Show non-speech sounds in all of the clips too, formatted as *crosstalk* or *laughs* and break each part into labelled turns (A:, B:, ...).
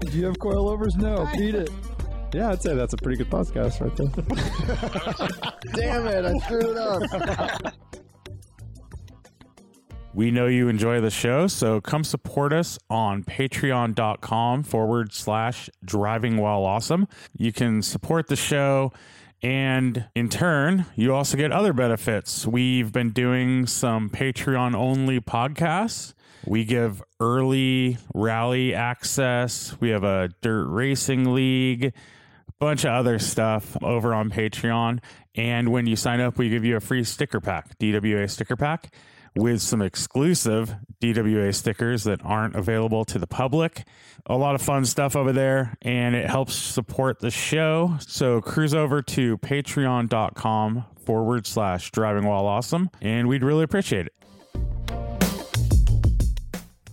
A: Do you have coilovers? No, beat it. Yeah, I'd say that's a pretty good podcast right there.
B: *laughs* Damn it, I threw it up.
C: We know you enjoy the show, so come support us on patreon.com forward slash driving while awesome. You can support the show, and in turn, you also get other benefits. We've been doing some Patreon only podcasts. We give early rally access, we have a dirt racing league bunch of other stuff over on Patreon. And when you sign up, we give you a free sticker pack, DWA sticker pack, with some exclusive DWA stickers that aren't available to the public. A lot of fun stuff over there, and it helps support the show. So cruise over to patreon.com forward slash driving while awesome, and we'd really appreciate it.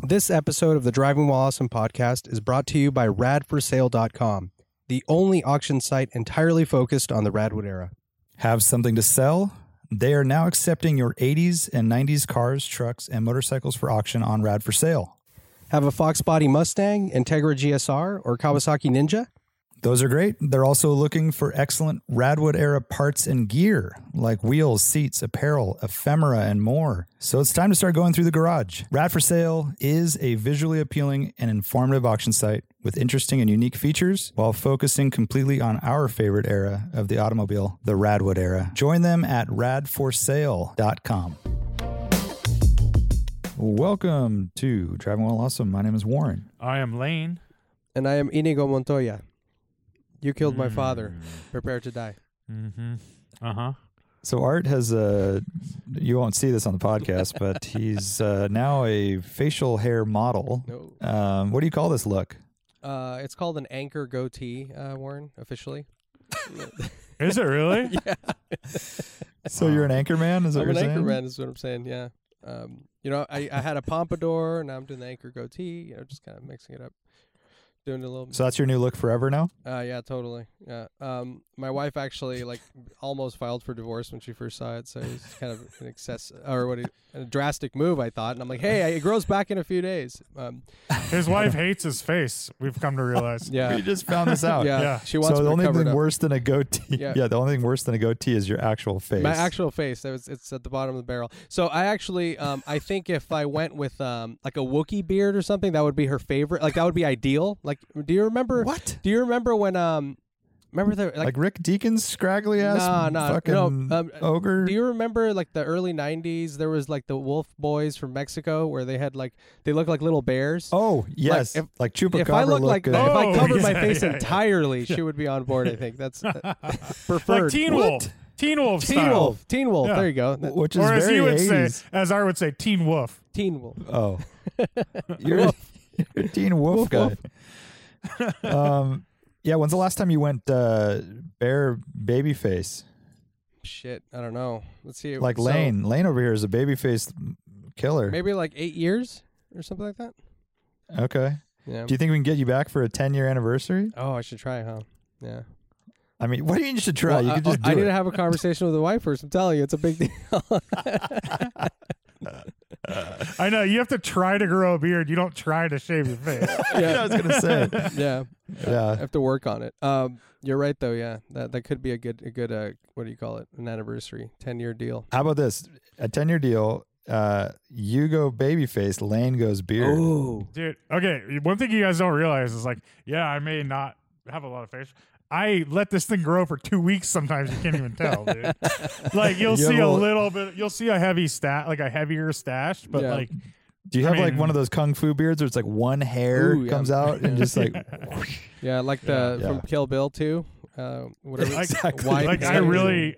D: This episode of the Driving While Awesome podcast is brought to you by radforsale.com, the only auction site entirely focused on the Radwood era.
E: Have something to sell? They are now accepting your 80s and 90s cars, trucks, and motorcycles for auction on Rad for Sale.
D: Have a Fox Body Mustang, Integra GSR, or Kawasaki Ninja?
E: Those are great. They're also looking for excellent Radwood era parts and gear like wheels, seats, apparel, ephemera, and more. So it's time to start going through the garage. Rad for Sale is a visually appealing and informative auction site with interesting and unique features while focusing completely on our favorite era of the automobile, the Radwood era. Join them at radforsale.com. Welcome to Driving Well Awesome. My name is Warren.
C: I am Lane.
D: And I am Inigo Montoya. You killed my father. Prepare to die.
C: Mm-hmm. Uh huh.
E: So Art has uh, you won't see this on the podcast,
D: *laughs*
E: but he's uh, now a facial hair model.
D: No.
E: Um, what do you call this look?
D: Uh, it's called an anchor goatee, uh, Warren, officially.
C: Is it *laughs* really?
E: So you're an anchor man, is that
D: Um, I'm
E: what
D: an
E: you're
D: anchor
E: saying?
D: man, is what I'm saying, yeah. Um, you know, I, I had a pompadour, now I'm doing the anchor goatee, you know, just kind of mixing it up. Doing a little
E: So that's your new look forever now.
D: Uh, yeah, totally. Yeah. Um, my wife actually like almost filed for divorce when she first saw it, so it was kind of an excess or what a, a drastic move, I thought. And I'm like, hey, it grows back in a few days. Um,
F: His wife hates his face. We've come to realize.
D: *laughs* yeah,
E: You just found this
D: *laughs*
E: out.
D: yeah,
F: yeah.
D: She wants
E: so the
D: me
E: only
D: covered
E: thing
D: up.
E: worse than a goatee.
D: *laughs* Yeah.
E: Yeah. the only thing worse than a goatee is your actual face.
D: My actual face. That was it's at the bottom of the barrel. So I actually, um, I think if I went with um, like a Wookiee beard or something, that would be her favorite. Like that would be ideal. Like, do you remember?
E: what?
D: Do you remember when um, remember the
E: Like,
D: like
E: Rick Deacon's scraggly ass
D: Nah, nah,
E: fucking
D: no, um,
E: ogre.
D: Do you remember like the early '90s? There was like the Wolf Boys from Mexico, where they had like they looked like little bears.
E: oh yes,
D: if-
E: like, chupacabra. uh,
D: if I look like
E: good.
D: that, if I
F: Oh,
D: covered my
F: yeah,
D: face
F: yeah, yeah.
D: entirely, she would be on board. I think that's
E: *laughs*
D: uh, preferred.
F: Like Teen
D: What?
F: Wolf. Teen Wolf
D: Teen
F: style.
D: Wolf. Teen Wolf.
F: Yeah.
D: There Oh, you go. That-
E: which is
F: Or as
E: very
F: you would
E: 80s.
F: say, as I would say, Teen Wolf.
D: Teen Wolf.
E: Oh, *laughs* you're, you're a Teen Wolf, guy. um, yeah. When's the last time you went uh, bare baby face?
D: Shit. I don't know. Let's see.
E: Like
D: So,
E: Lane. Lane over here is a baby face killer.
D: Maybe like eight years or something like that.
E: Okay.
D: Yeah.
E: Do you think we can get you back for a 10 year anniversary?
D: oh, I should try, huh? Yeah.
E: I mean, *laughs* what do you mean you should try?
D: Well,
E: you
D: Oh, I,
E: could just
D: I,
E: do
D: I need
E: it.
D: to
E: *laughs*
D: have a conversation with the wife first. I'm telling you, it's a big *laughs* deal.
F: I know you have to try to grow a beard. You don't try to shave your face.
E: I was gonna say.
D: *laughs* yeah. I
E: yeah.
D: have to work on it. Um, you're right though. Yeah, that that could be a good a good uh, what do you call it? An anniversary, ten year deal.
E: How about this? A 10 year deal. Uh, you go baby face. Lane goes beard.
D: Oh,
F: Dude, okay. One thing you guys don't realize is like, yeah, I may not have a lot of facial. I let this thing grow for two weeks. Sometimes you can't even tell, dude. Like you'll
E: You have
F: see a
E: a li-
F: little bit. You'll see a heavy stat, like a heavier stash, but
D: Yeah.
F: like
E: Do you have like
F: mean-
E: one of those kung fu beards where it's like one hair
D: Ooh, yeah.
E: comes out and just like
D: *laughs* yeah, like the
E: Yeah.
D: from Kill Bill too. Uh, *laughs* whatever.
F: Like-
E: Exactly.
D: Why-
F: like I
D: exactly.
F: really,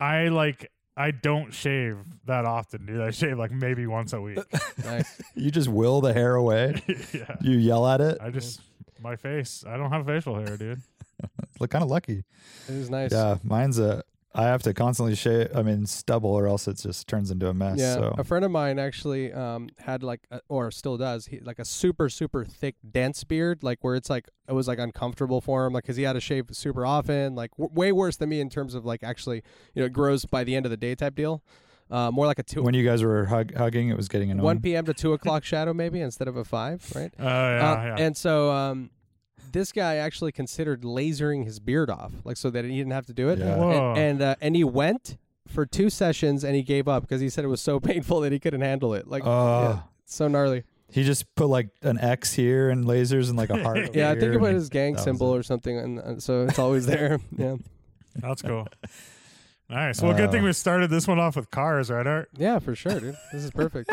F: I like I don't shave that often, dude. I shave like maybe once a week.
D: Nice.
E: *laughs* you just will the hair away?
F: yeah,
E: You yell at it?
F: I just my face. I don't have facial hair, dude.
E: Look kind of lucky.
D: It is nice.
E: Yeah, mine's a. I have to constantly shave. I mean, stubble, or else it just turns into a mess.
D: Yeah,
E: So
D: a friend of mine actually um, had like, a, or still does, he, like a super super thick dense beard, like where it's like it was like uncomfortable for him, like because he had to shave super often, like w- way worse than me in terms of like actually, you know, it grows by the end of the day type deal, uh, more like a two,
E: when you guys were hug- hugging, it was getting annoying.
D: one p.m. to two o'clock shadow maybe instead of a five, right?
F: Oh yeah,
D: Uh,
F: yeah.
D: And so um, this guy actually considered lasering his beard off, like so that he didn't have to do it.
E: Yeah.
F: Whoa.
D: And and, uh, and he went for two sessions and he gave up because he said it was so *laughs* painful that he couldn't handle it. Like
E: Uh,
D: yeah, so gnarly.
E: He just put like an X here and lasers and like a heart. over
D: *laughs* Yeah, I
E: here
D: think about
E: and-
D: his gang
E: that was
D: symbol or something, and, and so it's
E: *laughs*
D: always there. yeah,
F: That's
D: *laughs*
F: cool. Nice. Well, good thing
E: Uh,
F: we started this one off with cars, right, Art?
D: yeah, for sure, dude. This is perfect.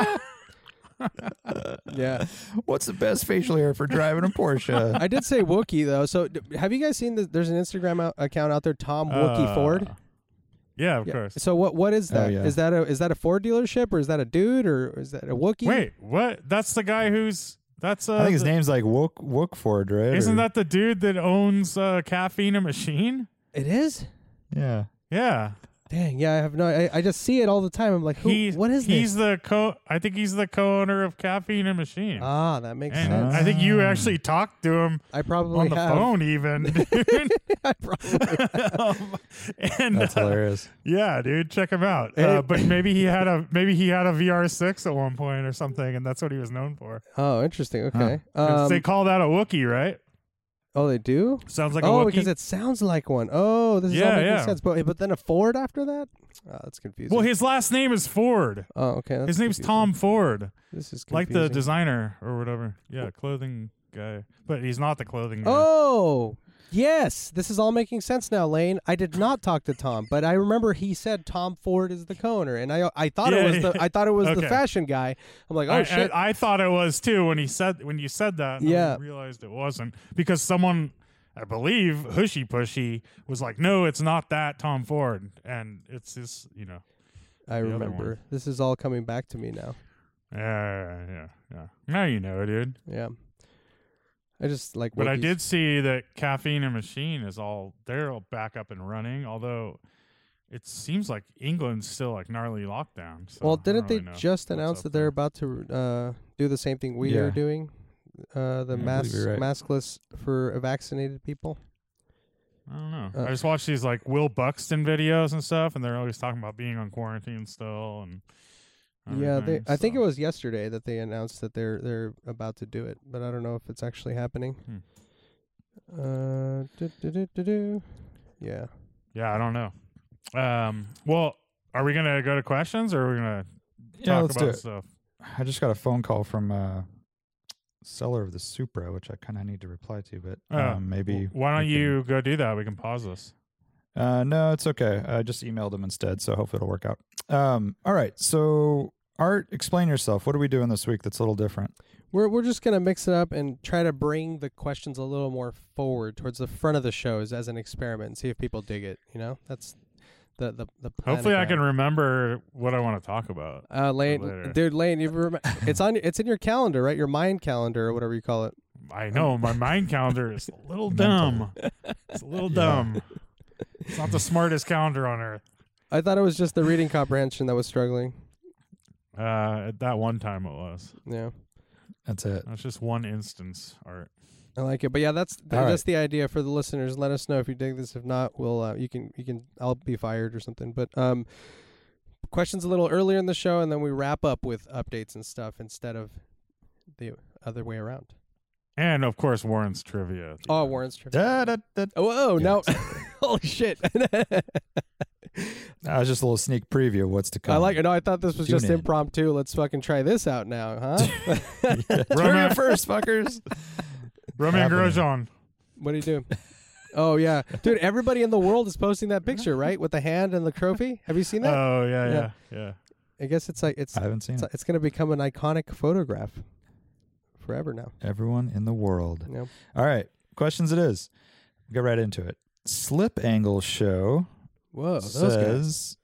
D: yeah,
E: *laughs* What's the best facial hair for driving
D: *laughs*
E: a Porsche?
D: I did say Wookie though. So d- have you guys seen the There's an Instagram out, account out there, Tom Wookie
F: Uh,
D: Ford.
F: Yeah, of
D: Yeah.
F: course.
D: So what what is
E: Oh,
D: that? Is
E: yeah.
D: that a is that a Ford dealership or is that a dude or is that a Wookie?
F: Wait, what? That's the guy who's that's uh
E: I think his
F: the-
E: name's like Wook Wookford, right?
F: Isn't
E: Or-
F: that the dude that owns uh caffeine a machine?
D: it is.
E: yeah?
F: Yeah.
D: Dang, yeah, I have no. I, I just see it all the time. I'm like, who?
F: He's
D: what is this?
F: he's the co I think he's the co owner of caffeine a machine.
D: Ah, that makes
F: and
D: sense.
F: I think you actually talked to him
D: I probably
F: on the
D: have.
F: phone even, *laughs* dude.
D: *laughs*
F: *laughs*
D: I probably
F: um, and *laughs*
E: That's
F: uh,
E: hilarious.
F: yeah, dude, check him out. Uh, but maybe he had a maybe he had a VR6 at one point or something, and that's what he was known for.
D: oh, interesting. Okay.
F: 'Cause
D: Um,
F: they call that a Wookiee, right?
D: oh, they do.
F: Sounds like a
D: oh,
F: Wookiee.
D: because it sounds like one. Oh, this is all
F: Yeah,
D: making
F: yeah.
D: sense. But but then a Ford after that? Oh, that's confusing.
F: well, his last name is Ford.
D: oh, okay. that's
F: His name's
D: confusing.
F: Tom Ford,
D: This is
F: like
D: confusing.
F: the designer or whatever. Yeah, clothing guy, but he's not the clothing guy.
D: Oh. Yes, this is all making sense now, Lane. I did not talk to Tom, but I remember he said Tom Ford is the co-owner, and I I thought
F: Yeah,
D: it was the
F: yeah.
D: I thought it was
F: *laughs* Okay.
D: the fashion guy. I'm like, oh
F: I, I-
D: shit,
F: I, thought it was too when he said when you said that. and
D: Yeah.
F: I realized it wasn't because someone, I believe, Hushy Pushy was like, "No, it's not that Tom Ford," and it's this, you know,
D: I
F: the other
D: remember.
F: one.
D: This is all coming back to me now.
F: yeah, yeah, yeah, yeah. Now you know, dude.
D: Yeah. I just like
F: But I
D: Wookiees.
F: did see that caffeine and machine is all they're all back up and running, although. It seems like England's still like gnarly lockdown. So
D: Well,
F: I don't
D: didn't they
F: really know
D: just
F: what's
D: announce
F: up
D: that
F: there.
D: they're about to uh, do the same thing we
E: Yeah.
D: are doing? Uh, the
E: Yeah, I
D: mask
E: believe you're right.
D: maskless for vaccinated people.
F: I don't know.
D: Uh,
F: I just watch these like Will Buxton videos and stuff, and they're always talking about being on quarantine still. And
D: yeah, they,
F: everything,
D: I think it
F: so.
D: was yesterday that they announced that they're they're about to do it, but I don't know if it's actually happening.
F: Hmm.
D: Uh, do, do, do, do, do. Yeah.
F: Yeah, I don't know. Um, well, are we gonna go to questions or are we gonna talk
E: Yeah, let's
F: about
E: do it.
F: stuff?
E: I just got a phone call from a seller of the Supra, which I kind of need to reply to, but
F: Oh,
E: um, maybe.
F: Why
E: we
F: don't
E: can-
F: you go do that? We can pause this.
E: Uh, no, it's okay. I just emailed him instead, so hopefully it'll work out. Um, all right. So, Art, explain yourself. What are we doing this week that's a little different?
D: We're we're just gonna mix it up and try to bring the questions a little more forward towards the front of the shows as an experiment and see if people dig it. You know, that's the the the. plan
F: Hopefully, I
D: again.
F: can remember what I want to talk about.
D: Uh, Lane,
F: later.
D: dude, Lane, you rem-
F: *laughs*
D: it's on it's in your calendar, right? Your mind calendar or whatever you call it.
F: I know my mind *laughs* calendar is a little dumb.
E: Um, Mental.
F: It's a little
E: Yeah.
F: dumb. It's
E: *laughs*
F: not the smartest calendar on earth.
D: I thought it was just the reading comprehension that was struggling.
F: Uh, at that one time it was.
D: Yeah,
E: That's it.
F: That's just one instance, Art.
D: I like it. But yeah, that's th-
E: All right.
D: that's the idea for the listeners. Let us know if you dig this. If not, we'll uh, you can you can I'll be fired or something. But um, questions a little earlier in the show, and then we wrap up with updates and stuff instead of the other way around.
F: And of course, Warren's trivia. at the
D: Oh,
F: end.
D: Warren's trip.
E: Da, da, da.
D: Oh, whoa,
E: Yeah,
D: no! *laughs* Holy shit!
E: That was just a little sneak preview of what's to come.
D: I like it. No, I thought this was
E: Tune
D: just
E: in.
D: impromptu. Let's fucking try this out now,
E: *laughs*
D: huh?
E: Turn
F: *laughs*
E: it first, fuckers.
F: Roman
E: Happening.
F: Grosjean.
D: what do you do? Oh yeah, dude! Everybody in the world is posting
E: *laughs*
D: that picture, right? With the hand and the trophy. Have you seen
E: Uh,
D: that?
F: Oh yeah, yeah,
D: Yeah.
F: yeah.
D: I guess it's like it's
E: I haven't seen
D: it's,
E: it.
D: it's going to become an iconic photograph forever now.
E: Everyone in the world.
D: You know?
E: All right. Questions it is. We'll get right into it. Slip Angle Show
D: Whoa, those guys!
E: says,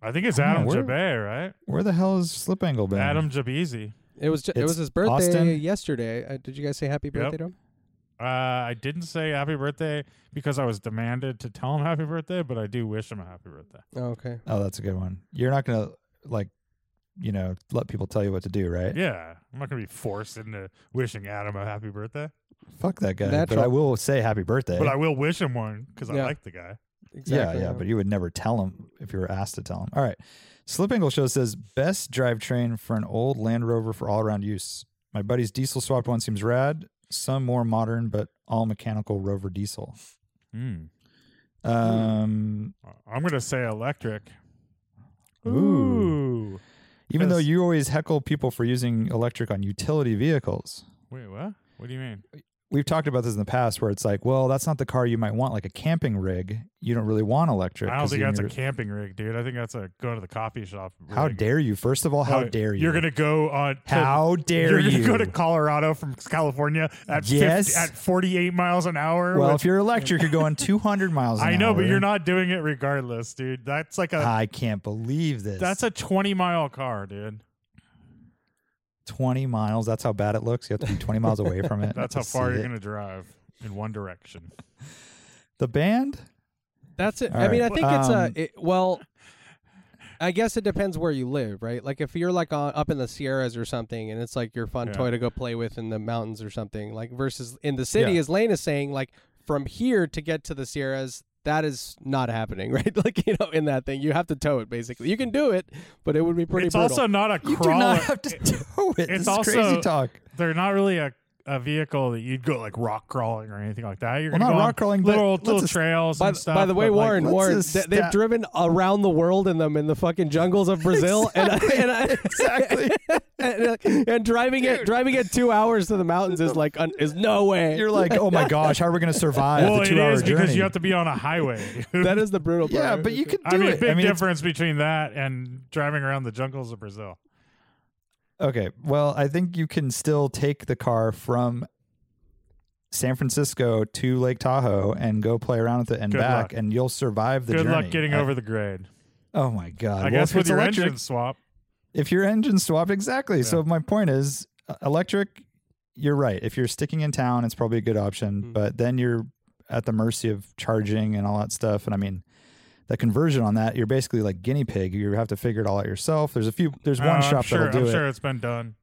F: I think it's
E: I don't
F: Adam
E: know,
F: Jabay, right?
E: where the hell is Slip Angle been?
F: Adam Jabeezy.
D: It was ju- it
E: It's
D: was his birthday
E: Austin.
D: yesterday. Uh, did you guys say happy birthday to him?
F: Uh, I didn't say happy birthday because I was demanded to tell him happy birthday, but I do wish him a happy birthday.
D: Oh, okay.
E: Oh, that's a good one. You're not gonna like, you know, let people tell you what to do, *laughs* right?
F: Yeah, I'm not gonna be forced into wishing Adam a happy birthday,
E: Fuck that guy.
D: Natural.
E: But I will say happy birthday.
F: but I will wish him one because I
D: Yeah.
F: like the guy.
D: Exactly.
E: yeah, yeah, but you would never tell him if you were asked to tell him. All right. Slip Angle Show says best drivetrain for an old Land Rover for all around use. My buddy's diesel swapped one seems rad. Some more modern, but all mechanical Rover diesel.
F: Hmm.
E: Um,
F: I'm gonna say electric.
E: Ooh. even though
F: Hmm. Yes.
E: you always heckle people for using electric on utility vehicles,
F: Wait, what? What do you mean?
E: Uh, we've talked about this in the past, where it's like, well, that's not the car you might want, like a camping rig. You don't really want electric.
F: I don't
E: 'cause
F: think
E: then
F: that's a
E: you're-
F: camping rig, dude. I think that's a go to the coffee shop.
E: How
F: rig.
E: dare you? First of all, how
F: No,
E: dare you?
F: You're gonna go on. to-
E: How
F: *laughs*
E: dare
F: You're gonna
E: you?
F: go to Colorado from California at 50
E: Yes.
F: at 48 miles an hour.
E: Well,
F: with-
E: if you're electric,
F: *laughs*
E: you're going 200 miles. An
F: I know, but
E: hour.
F: you're not doing it regardless, dude. That's like a
E: I can't believe this.
F: that's a 20 mile car, dude.
E: 20 miles. That's how bad it looks. You have to be 20 miles away from
F: *laughs*
E: it.
F: That's
E: to
F: how far
E: see
F: you're
E: it.
F: gonna drive in one direction.
E: The band.
D: That's it.
E: All
D: I mean,
E: right.
D: I think it's
E: Um,
D: a it, well. I guess it depends where you live, right? Like if you're like on, up in the Sierras or something, and it's like your fun
F: Yeah.
D: toy to go play with in the mountains or something. Like versus in the city,
E: Yeah.
D: as Lane is saying, like from here to get to the Sierras, that is not happening, *laughs* right? Like you know, in that thing, you have to tow it. Basically, you can do it, but it would be pretty
F: it's
D: brutal.
F: also not a
E: You do
F: crawler.
E: not have to do
F: *laughs*
E: it. This is
F: also-
E: crazy talk.
F: They're not really a a vehicle that you'd go like rock crawling or anything like that. You're
E: Well,
F: gonna
E: not
F: go on
E: rock crawling, but
F: little
E: let's
F: little
E: just-
F: trails
D: by,
F: and stuff.
D: by the way,
F: but, like,
D: Warren,
E: let's
D: Warren,
E: just
D: th- they've
E: stop-
D: driven around the world in them in the fucking jungles of Brazil, and I, and, I,
E: *laughs* Exactly.
D: *laughs* and, uh, and driving it driving it two hours to the mountains is like un, is no way.
E: *laughs* You're like, oh my gosh, how are we going to survive
F: well,
E: the
F: it
E: two hour
F: is
E: journey?
F: because you have to be on a highway.
D: that is the brutal part.
E: *laughs* yeah, but you can
F: I
E: do
F: mean,
E: it.
F: big
E: I mean, it's-
F: difference between that and driving around the jungles of Brazil.
E: Okay. Well, I think you can still take the car from San Francisco to Lake Tahoe and go play around with it and
F: Good
E: back,
F: luck.
E: and you'll survive the
F: Good
E: journey.
F: luck getting
E: I-
F: over the grade.
E: Oh my god!
F: I
E: Well,
F: guess
E: if
F: with
E: it's
F: your
E: electric,
F: engine swap,
E: if your engine swapped exactly so my point is uh, electric you're right if you're sticking in town it's probably a good option
F: Hmm.
D: Mm.
E: but then you're at the mercy of charging and all that stuff and i mean the conversion on that you're basically like guinea pig you have to figure it all out yourself there's a few there's
F: Uh,
E: one
F: I'm
E: shop
F: sure,
E: that'll do
F: I'm
E: it
F: sure it's been done.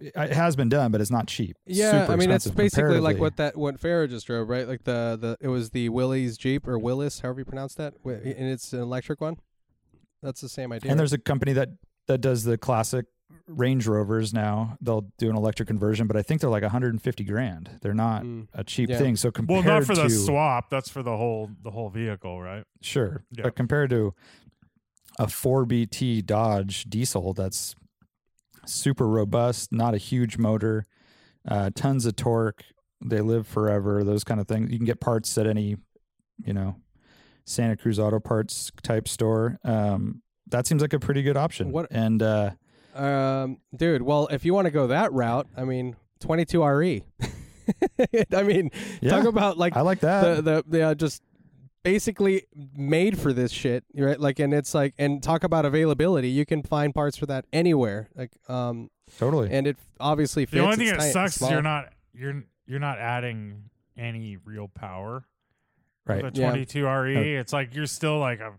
E: it has been done but it's not cheap
D: Yeah,
E: Super
D: I mean it's
E: expensive
D: basically like
E: comparatively.
D: what that what Farah just drove, right? Like the the it was the Willie's Jeep or Willis, however you pronounce that, Wi- and it's an electric one. That's the same idea.
E: and there's a company that that does the classic range rovers now they'll do an electric conversion but i think they're like 150 grand they're not
D: Mm.
E: a cheap
D: Yeah.
E: thing so
F: Hmm. Well,
E: compared
F: not for
E: to
F: the swap. That's for the whole the whole vehicle, right?
E: Sure.
F: Yeah.
E: But compared to a 4BT Dodge diesel that's super robust, not a huge motor, uh, tons of torque, they live forever, those kind of things. You can get parts at any, you know, Santa Cruz Auto Parts type store. Um, that seems like a pretty good option.
D: What-
E: And uh,
D: Um, dude, well, if you want to go that route, I mean, 22 RE. *laughs* I mean,
E: Yeah,
D: talk about like
E: I like that.
D: the the the uh, just basically made for this shit, right? Like, and it's like, and talk about availability. You can find parts for that anywhere. Like, um,
E: totally.
D: and it obviously fits.
F: The only
D: It's
F: thing that
D: tight, it's
F: sucks is
D: small.
F: you're not you're you're not adding any real power.
E: right.
F: With a
D: Yeah. Oh.
F: 22 RE, it's like you're still like a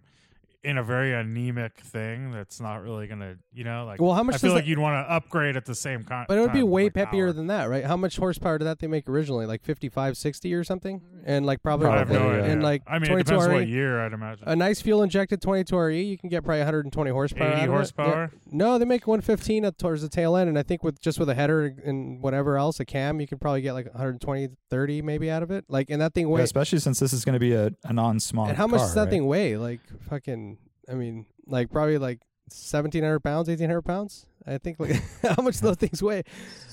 F: in a very anemic thing that's not really gonna, you know, like.
D: Well, how much
F: I feel
D: does
F: like
D: that-
F: you'd want to upgrade at the same time.
D: But it would be
F: time,
D: way
F: like,
D: peppier
F: power.
D: than that, right? How much horsepower did that they make originally? Like 55, 60 or something, and like probably,
F: I have no
E: Yeah.
F: idea.
D: and like
F: I mean, it
D: 22
F: depends
D: RE.
F: what year I'd imagine.
D: E. a nice fuel injected 22 RE, E, you can get probably 120 horsepower.
F: 80
D: out of it.
F: horsepower?
D: Yeah. No, they make 115 up towards the tail end, and I think with just with a header and whatever else, a cam, you can probably get like 120, 30 maybe out of it. Like, and that thing
E: Yeah,
D: weighs.
E: especially since this is going to be a, a non-small
D: and how much
E: car,
D: does that
E: right?
D: thing weigh? Like fucking, I mean, like probably like 1,700 pounds, 1,800 pounds. I think like *laughs* how much those things weigh.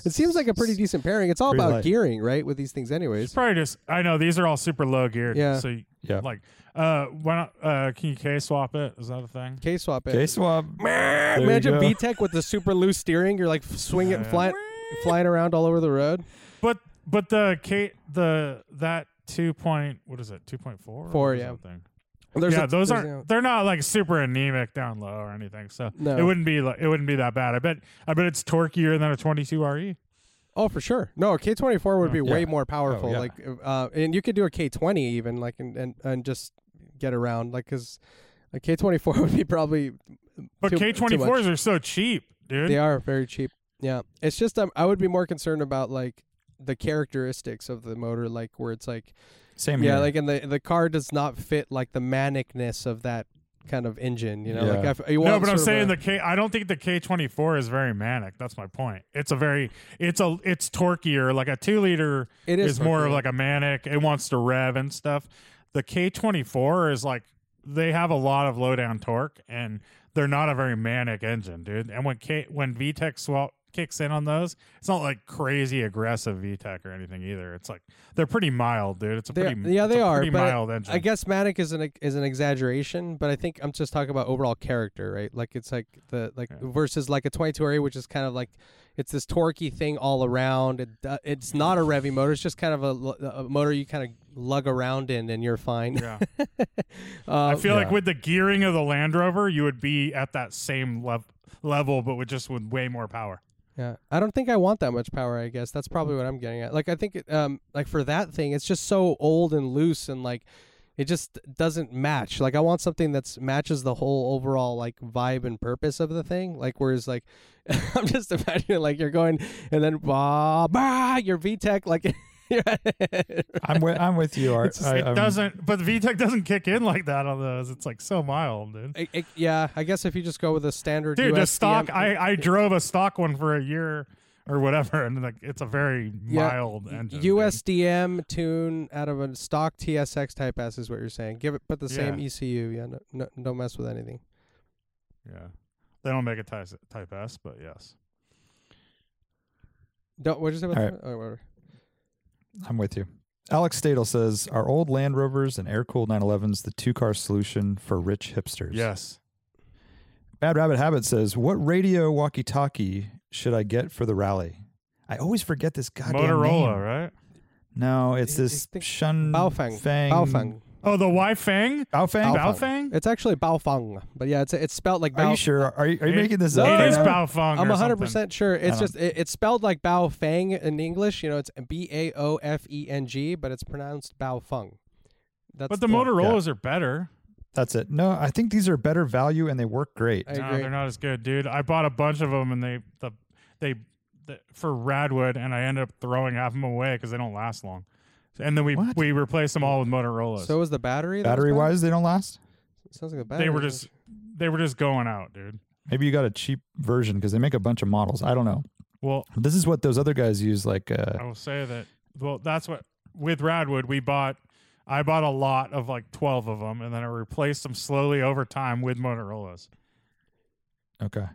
D: It seems like a pretty decent pairing. It's all
E: Pretty
D: about
E: light.
D: gearing, right? With these things, anyways.
F: It's probably just. I know these are all super low geared.
D: Yeah.
F: So you,
E: Yeah.
F: like, uh, why not? Uh, can you K swap it? Is that a thing?
D: K swap it.
E: Okay, swap. There you
D: Imagine
E: go.
D: B Tech with the super loose steering. You're like swinging,
F: Yeah.
D: flying, flying around all over the road.
F: But but the K the that two point what is it two point four
D: Four, yeah.
F: something.
D: There's
F: yeah,
D: a-
F: those
D: there's
F: aren't.
D: a-
F: They're not like super anemic down low or anything. So
D: No.
F: E. it wouldn't be like it wouldn't be that bad. I bet. I bet it's torquier than a 22 RE.
D: Oh, for sure. No, a K twenty four would be way
A: Mm. Yeah. Oh,
D: more powerful.
A: yeah.
D: Like, uh, and you could do a K twenty even like and, and and just get around like because a K twenty four *laughs* would be probably.
F: But
D: too- too
F: K
D: much.
F: twenty fours are so cheap, dude.
D: They are very cheap. Yeah, it's just um, I would be more concerned about like the characteristics of the motor, like where it's like
E: Same
D: yeah,
E: here.
D: like and the the car does not fit like the manicness of that kind of engine. You know, like
A: Yeah.
D: if you
F: No,
D: want
F: but I'm
D: sort of
F: saying the
D: a-
F: K. I don't think the K twenty four is very manic. That's my point. It's a very, it's a, it's torquier. Like a two liter
D: It is
F: is more of
D: torquier.
F: like a manic. It wants to rev and stuff. The K twenty four is like they have a lot of low down torque and they're not a very manic engine, dude. And when K when VTEC swap kicks in on those, it's not like crazy aggressive VTEC or anything either. It's like they're pretty mild, dude. It's a
D: They-
F: pretty
D: yeah,
F: it's
D: they
F: a
D: are,
F: pretty
D: but
F: mild engine.
D: I guess manic is an is an exaggeration, but I think I'm just talking about overall character, right? Like it's like the like versus like a 22 area, which is kind of like it's this torquey thing all around. It, do- it's not a revvy motor; it's just kind of a, l- a motor you kind of lug around in, and you're fine.
F: Yeah.
D: Uh,
E: Oh,
F: I feel like
A: Yeah.
F: with the gearing of the Land Rover, you would be at that same lev- level, but with just with way more power.
D: Yeah, I don't think I want that much power. I guess that's probably what I'm getting at. Like, I think, it, um, like for that thing, it's just so old and loose, and like, it just doesn't match. Like, I want something that's matches the whole overall like vibe and purpose of the thing. Like, whereas like, *laughs* I'm just imagining like you're going and then bah bah your VTEC like. *laughs*
E: I'm with, I'm with you, Art.
D: It's just-
E: I-
F: it
E: I'm-
F: doesn't, but VTEC doesn't kick in like that on those. It's like so mild, dude.
D: I- I- yeah, I guess if you just go with a standard
F: Dude, the
D: USDM
F: stock. I I drove a stock one for a year or whatever, and like it's a very
D: Yeah,
F: mild engine. dude.
D: USDM tune out of a stock TSX Type S is what you're saying. Give it, but the same
F: Yeah.
D: ECU. Yeah, no, no, don't mess with anything.
F: Yeah, they don't make a type, type S, but yes.
D: Don't. What did you say about
E: All
D: that? Oh, whatever.
E: I'm with you. Alex Stadel says, "Are old Land Rovers and air-cooled 911s the two-car solution for rich hipsters?"
F: Yes.
E: Bad Rabbit Habit says, "What radio walkie-talkie should I get for the rally?" I always forget this goddamn
F: Motorola,
E: name.
F: right?
E: No, it's
D: I- I
E: this
D: think-
E: Shun
D: Baofeng.
E: Fang.
D: Baofeng.
F: Oh, the Y Fang.
E: Baofeng?
D: Baofeng.
F: Baofeng?
D: It's actually Baofeng, but yeah, it's it's spelled like
E: Are
D: Bao.
E: you sure? Are you, are you
F: It-
E: making this
D: No,
E: up?
F: It
E: right
F: is
E: now?
F: Baofeng.
D: I'm
F: or something.
D: 100 percent sure. It's
E: I don't-
D: just it, it's spelled like Baofeng in English. You know, it's B A O F E N G, but it's pronounced Baofeng. That's
F: But the Motorola's are better.
E: That's it. No, I think these are better value and they work great.
D: I
F: no,
D: agree.
F: they're not as good, dude. I bought a bunch of them, and they the they the, for Radwood, and I ended up throwing half of them away because they don't last long. And then we
E: What?
F: we replaced them all with Motorola's.
D: So is the battery. that was
E: Battery
D: bad?
E: wise, they don't last.
D: sounds like a battery.
F: they were just they were just going out, dude.
E: Maybe you got a cheap version because they make a bunch of models. I don't know.
F: Well,
E: This is what those other guys use. Like,
F: I
E: uh,
F: will say that. Well, that's what with Radwood we bought. I bought a lot of like twelve of them, and then I replaced them slowly over time with Motorola's. Oh.
E: okay,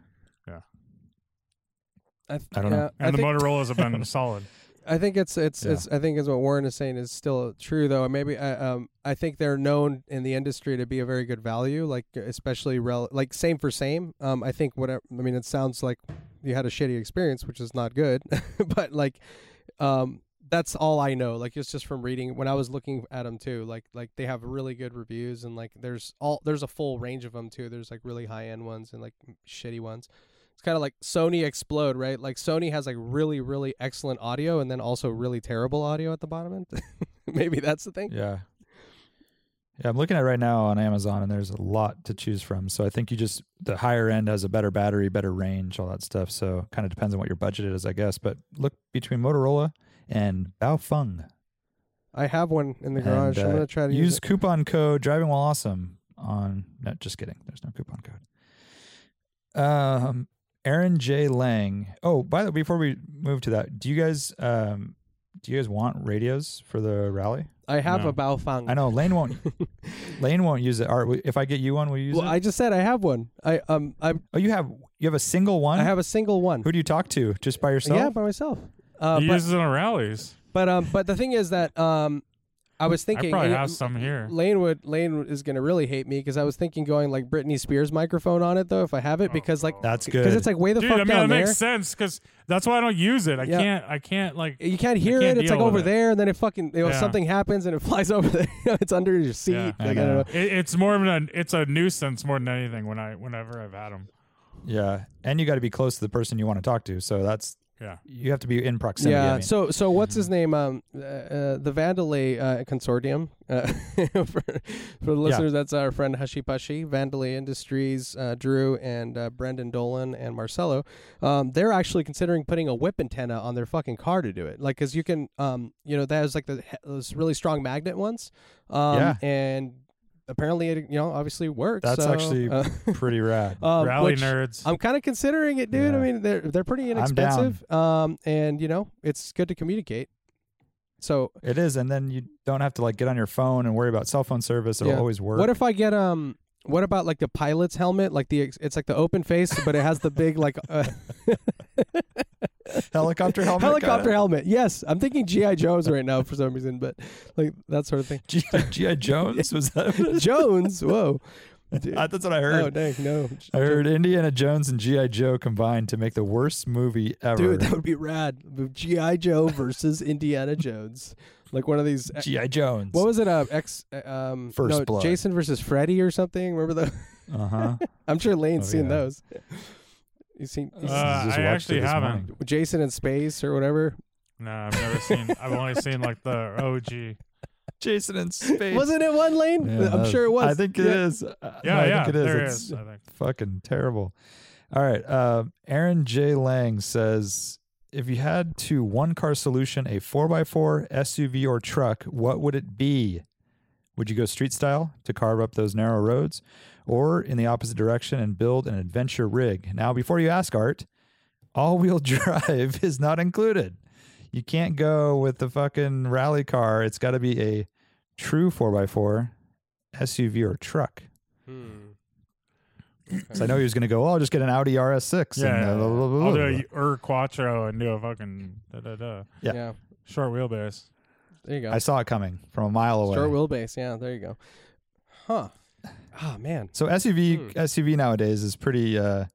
D: I, th-
E: I don't know.
D: yeah, I
F: And the
D: think-
F: Motorola's have been *laughs* solid.
D: I think it's it's
E: Yeah.
D: it's I think is what Warren is saying is still true though. Maybe I um I think they're known in the industry to be a very good value, like especially rel like same for same. Um, I think whatever I mean, it sounds like you had a shitty experience, which is not good, *laughs* but like, um, that's all I know. Like it's just from reading when I was looking at them too. Like like they have really good reviews and like there's all there's a full range of them too. There's like really high end ones and like shitty ones. It's kind of like Sony Explode, right? Like Sony has like really really excellent audio and then also really terrible audio at the bottom end. *laughs* Maybe that's the thing.
E: yeah, yeah. I'm looking at it right now on Amazon, and there's a lot to choose from. So I think you just the higher end has a better battery, better range, all that stuff. So kind of depends on what your budget is, I guess. But look between Motorola and Baofeng.
D: I have one in the
E: And,
D: garage. I'm
E: uh,
D: gonna try to
E: use
D: use it.
E: coupon code driving while awesome on no just kidding there's no coupon code um aaron j lang oh by the way before we move to that do you guys um do you guys want radios for the rally
D: I have
F: No.
D: a Baofeng.
E: i know lane
D: *laughs*
E: won't lane won't use it art if i get you one will you use
D: Well,
E: it
D: I just said I have one. I um I
E: oh you have you have a single one
D: I have a single one.
E: who do you talk to just by yourself
D: Yeah, by myself. Uh,
F: he
D: but,
F: uses it on rallies.
D: but um but the thing is that um I was
F: I
D: thinking
F: probably
D: and
F: have some here.
D: Lanewood Lane is gonna really hate me because I was thinking going like Britney Spears microphone on it though if I have it because like
E: that's good
D: because it's like way the
F: Oh, Dude, I
D: fuck
F: mean that
D: down there.
F: makes sense because that's why I don't use it. I
D: Yeah.
F: can't. I can't like.
D: You can't hear
F: can't
D: it. It's like
F: deal with
D: over
F: it.
D: there, and then it fucking you know,
F: Yeah.
D: something happens, and it *laughs* flies over there. it's under your seat.
F: Yeah.
D: Like,
E: I
D: I don't
E: know.
D: know.
F: It, it's more of an it's a nuisance more than anything when I whenever I've had them.
E: yeah and you got to be close to the person you want to talk to so that's
F: Yeah.
E: You have to be in proximity. I
D: yeah.
E: mean.
D: So *laughs* so what's his name? Um, uh, uh, the Vandalay uh, Consortium. Uh, *laughs* for, for the listeners, that's our friend Hashipashi Vandalay Industries, uh, Drew and uh, Brendan Dolan and Marcelo. Um, they're actually considering putting a whip antenna on their fucking car to do it. Like, cause you can, um, you know, that is like the those really strong magnet ones. Um,
E: Yeah.
D: And apparently, it you know obviously works.
E: That's
D: so,
E: actually
D: uh, *laughs*
E: Pretty rad.
D: um,
F: Rally
D: which-
F: nerds.
E: uh,
D: I'm kind of considering it, dude. I
E: Yeah.
D: mean, they're they're pretty
E: down.
D: inexpensive, um, and you know, it's good to communicate. So,
E: It is, and then you don't have to like get on your phone and worry about cell phone service. It'll
D: Yeah.
E: always work.
D: what if *laughs* I get um, what about like the pilot's helmet? Like the ex- it's like the open face, but it has the big like
E: *laughs*
D: uh,
E: helicopter helmet?
D: helicopter
E: *laughs*
D: helmet. Yes, I'm thinking GI Joes right now for some reason, but like that sort of thing.
E: helmet. GI Jones was
D: *laughs*
E: that? what it is? *laughs*
D: Jones, whoa,
E: I- *laughs* That's what I
D: oh
E: heard.
D: dang, no,
E: I heard Indiana Jones and GI Joe combined to make the worst movie ever.
D: dude, that would be rad. GI Joe versus Indiana Jones, like one of
E: *laughs*
D: these uh,
E: GI Jones.
D: What was it? Uh, X. uh, Um,
E: First
D: no,
E: Blood.
D: Jason versus Freddy or something. Remember the?
E: Uh huh.
D: *laughs* I'm sure Lane's
E: Oh,
D: seen
E: yeah.
D: those. You seen you
F: Uh,
D: seen
F: I actually haven't.
D: Jason in space or whatever?
F: No, I've never seen. I've
E: *laughs*
F: only seen like the OG.
D: *laughs*
E: Jason in space.
D: Wasn't it one Lane?
E: Yeah,
D: I'm
E: that-
D: sure it was.
E: I think it
D: Yeah.
E: is. Uh, no,
F: Yeah,
E: I
F: yeah,
E: think it is.
F: there
E: it's
F: is, I think.
E: fucking terrible. All right. Uh, Aaron J. Lang says If you had to one car solution, a 4x4, SUV, or truck, what would it be? Would you go street style to carve up those narrow roads or in the opposite direction and build an adventure rig? Now, before you ask, Art, all wheel *laughs* drive is not included. You can't go with the fucking rally car. It's got to be a true 4x4, SUV, or truck.
D: Hmm.
E: So I know he was going to go, oh, I'll just get an Audi RS6.
F: Yeah,
E: and,
F: yeah,
E: uh,
F: yeah.
E: blah, blah, blah,
F: I'll
E: blah,
F: do
E: blah.
F: a Ur Quattro and do a fucking da da da
E: Yeah.
D: yeah.
F: short wheelbase.
D: There you go.
E: I saw it coming from a mile away.
D: Short wheelbase. Yeah. There you go. Huh. Oh man.
E: so SUV
D: Hmm.
E: SUV nowadays is pretty uh,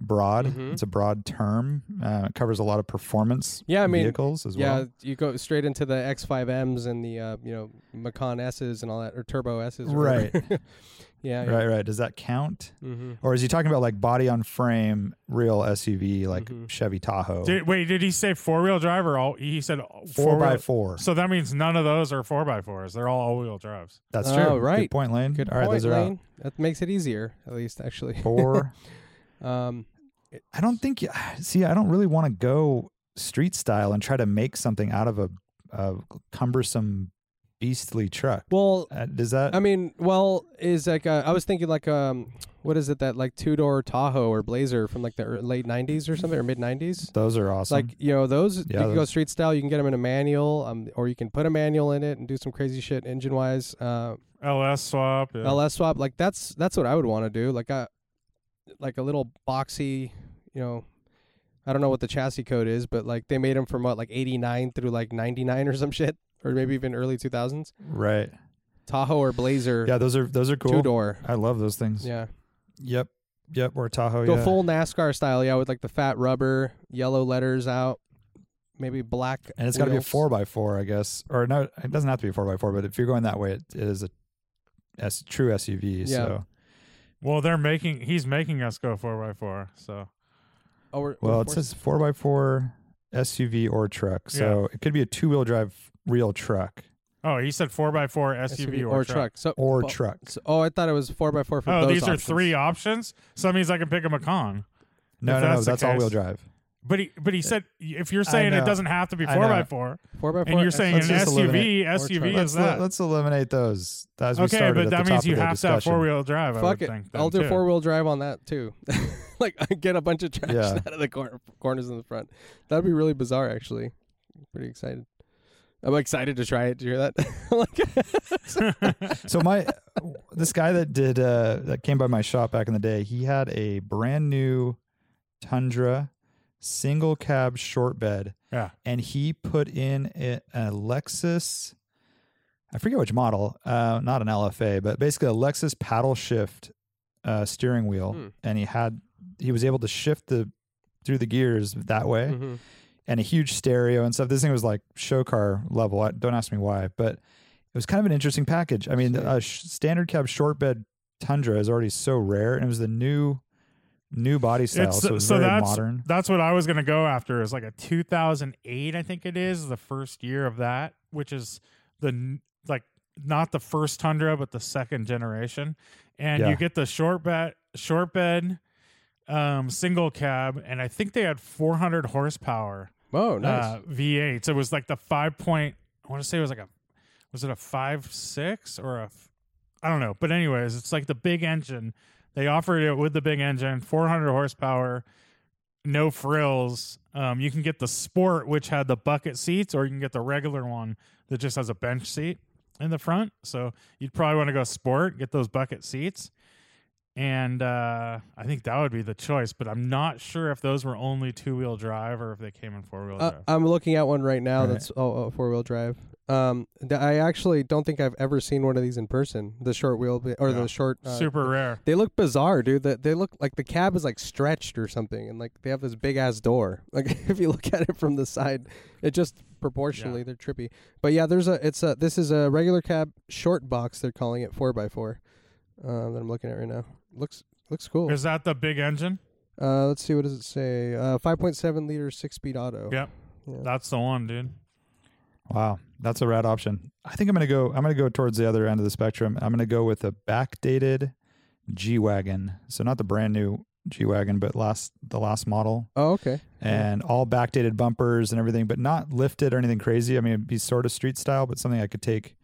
E: broad.
D: Mhm.
E: It's a broad term. Uh, it covers a lot of performance
D: Yeah, I mean,
E: vehicles as
D: Yeah,
E: well.
D: you go straight into the X5Ms and the uh, you know Macan S's and all that, or Turbo S's. Or
E: Right.
D: whatever. *laughs* yeah. yeah.
E: Right, right. Does that count?
D: Mm-hmm.
E: Or is he talking about like body on frame, real SUV like
D: Mhm.
E: Chevy Tahoe?
F: Did, wait, did he say four wheel drive or all? He said
E: Oh. four by
F: wheel-
E: four.
F: So that means none of those are four by fours. They're all all wheel drives.
E: That's
D: Oh,
E: true.
D: right.
E: Good point, Lane.
D: Good
E: All right,
D: point,
E: those are out.
D: Lane. That makes it easier, at least actually. *laughs*
E: Four. Oh.
D: Um,
E: I don't think. *sighs* See, I don't really want to go street style and try to make something out of a, a cumbersome, beastly truck.
D: well,
E: Uh, does that?
D: I mean, well, is like uh, I was thinking like um, what is it that like two door Tahoe or Blazer from like the ear- late '90s or something or mid '90s?
E: those are awesome.
D: Like you know those you
E: Yeah,
D: can go
E: those-
D: street style. You can get them in a manual, um, or you can put a manual in it and do some crazy shit engine wise. Uh,
F: LS swap. yeah.
D: LS swap, like that's that's what I would want to do. Like a like a little boxy, you know, I don't know what the chassis code is, but like they made them from what like '89 through like '99 or some shit, or maybe even early 2000s.
E: right.
D: Tahoe or Blazer,
E: Yeah, those are those are
D: two
E: cool.
D: door.
E: I love those things.
D: Yeah,
E: Yep. Yep. Or Tahoe.
D: go
E: Oh, yeah.
D: full NASCAR style. Yeah, with like the fat rubber, yellow letters out, maybe black.
E: and it's got to be a
D: wheels.
E: four by four, I guess. Or no, it doesn't have to be a four by four. But if you're going that way, it, it is a S, true SUV.
D: Yeah.
E: So
F: Well, they're making. He's making us go four by four. So
D: Oh, we're,
E: well,
D: we're
E: it says four by four SUV or truck. So it could be a two wheel drive real truck
F: oh, he said four by four SUV,
D: SUV or, truck. So
E: or
D: bu-
E: truck.
D: so- oh, I thought it was four by four for
F: Oh,
D: those.
F: these
D: options.
F: are three options. So that means I can pick a Macan.
E: No,
F: If
E: no, no.
F: that's the
E: That's all wheel
F: case.
E: drive.
F: But he, but he
D: Uh,
F: said if you're saying it
E: know.
F: doesn't have to be
E: I
F: four
E: know.
F: by four,
D: Four by four.
F: and you're saying an
E: Let's just
F: SUV,
E: eliminate-
D: or
F: SUV
D: truck.
F: is
E: Let's,
F: that?
E: let's eliminate those. As we
F: okay,
E: started
F: but
E: at
F: that
E: the
F: means
E: top
F: you
E: of the
F: have to have
E: discussion.
F: four weel drive. I
D: Fuck
F: would
D: it.
F: think. then,
D: I'll do
F: too.
D: four wheel drive on that too. *laughs* like I get a bunch of traction
E: Yeah.
D: out of the corner, corners in the front. That'd be really bizarre actually. Pretty excited. I'm excited to try it. Do you hear that? *laughs* like, *laughs*
F: *laughs*
E: so my *laughs* this guy that did uh that came by my shop back in the day he had a brand new tundra single cab short bed
F: Yeah.
E: and he put in a, a lexus i forget which model uh not an lfa but basically a lexus paddle shift uh steering wheel
D: Hmm.
E: and he had he was able to shift the through the gears that way
D: Mhm.
E: and a huge stereo and stuff. This thing was like show car level. I, don't ask me why, but it was kind of an interesting package. I mean,
D: Sick.
E: a sh- standard cab short bed Tundra is already so rare, and it was the new new body style,
F: It's-
E: so it's
F: so
E: very
F: that's
E: modern.
F: that's what I was gonna go after. Is like a 2008, I think it is the first year of that, which is the n- like not the first tundra, but the second generation, and
E: Yeah.
F: you get the short bed, short bed, um, single cab, and I think they had 400 horsepower
D: Oh, nice.
F: uh, V8. So it was like the five point. I want to say it was like a, was it a five six or a, f- I don't know. But anyways, it's like the big engine. They offered it with the big engine, 400 horsepower, no frills. Um, you can get the sport, which had the bucket seats, or you can get the regular one that just has a bench seat in the front. So you'd probably want to go sport, get those bucket seats. And uh, I think that would be the choice, but I'm not sure if those were only two wheel drive or if they came in four wheel
D: Uh,
F: drive.
D: I'm looking at one right now
E: Right.
D: that's oh, four wheel drive. Um, th- I actually don't think I've ever seen one of these in person. The short wheel ba- or
F: Yeah.
D: the short. Uh,
F: Super rare.
D: They look bizarre, dude. That they look like the cab is like stretched or something, and like they have this big ass door. *laughs* Like if you look at it from the side, it just proportionally they're trippy. But yeah, there's a it's a this is a regular cab short box. They're calling it four by four. Um, that I'm looking at right now looks looks cool.
F: Is that the big engine?
D: Uh, let's see what does it say. Uh, 5.7 liter six speed auto.
F: Yep. That's the one, dude.
E: Wow, that's a rad option. I think I'm gonna go. I'm gonna go towards the other end of the spectrum. I'm gonna go with a backdated G wagon. So not the brand new G wagon, but last the last model,
D: Oh okay.
E: and all backdated bumpers and everything, but not lifted or anything crazy. I mean, it'd be sort of street style, but something I could take,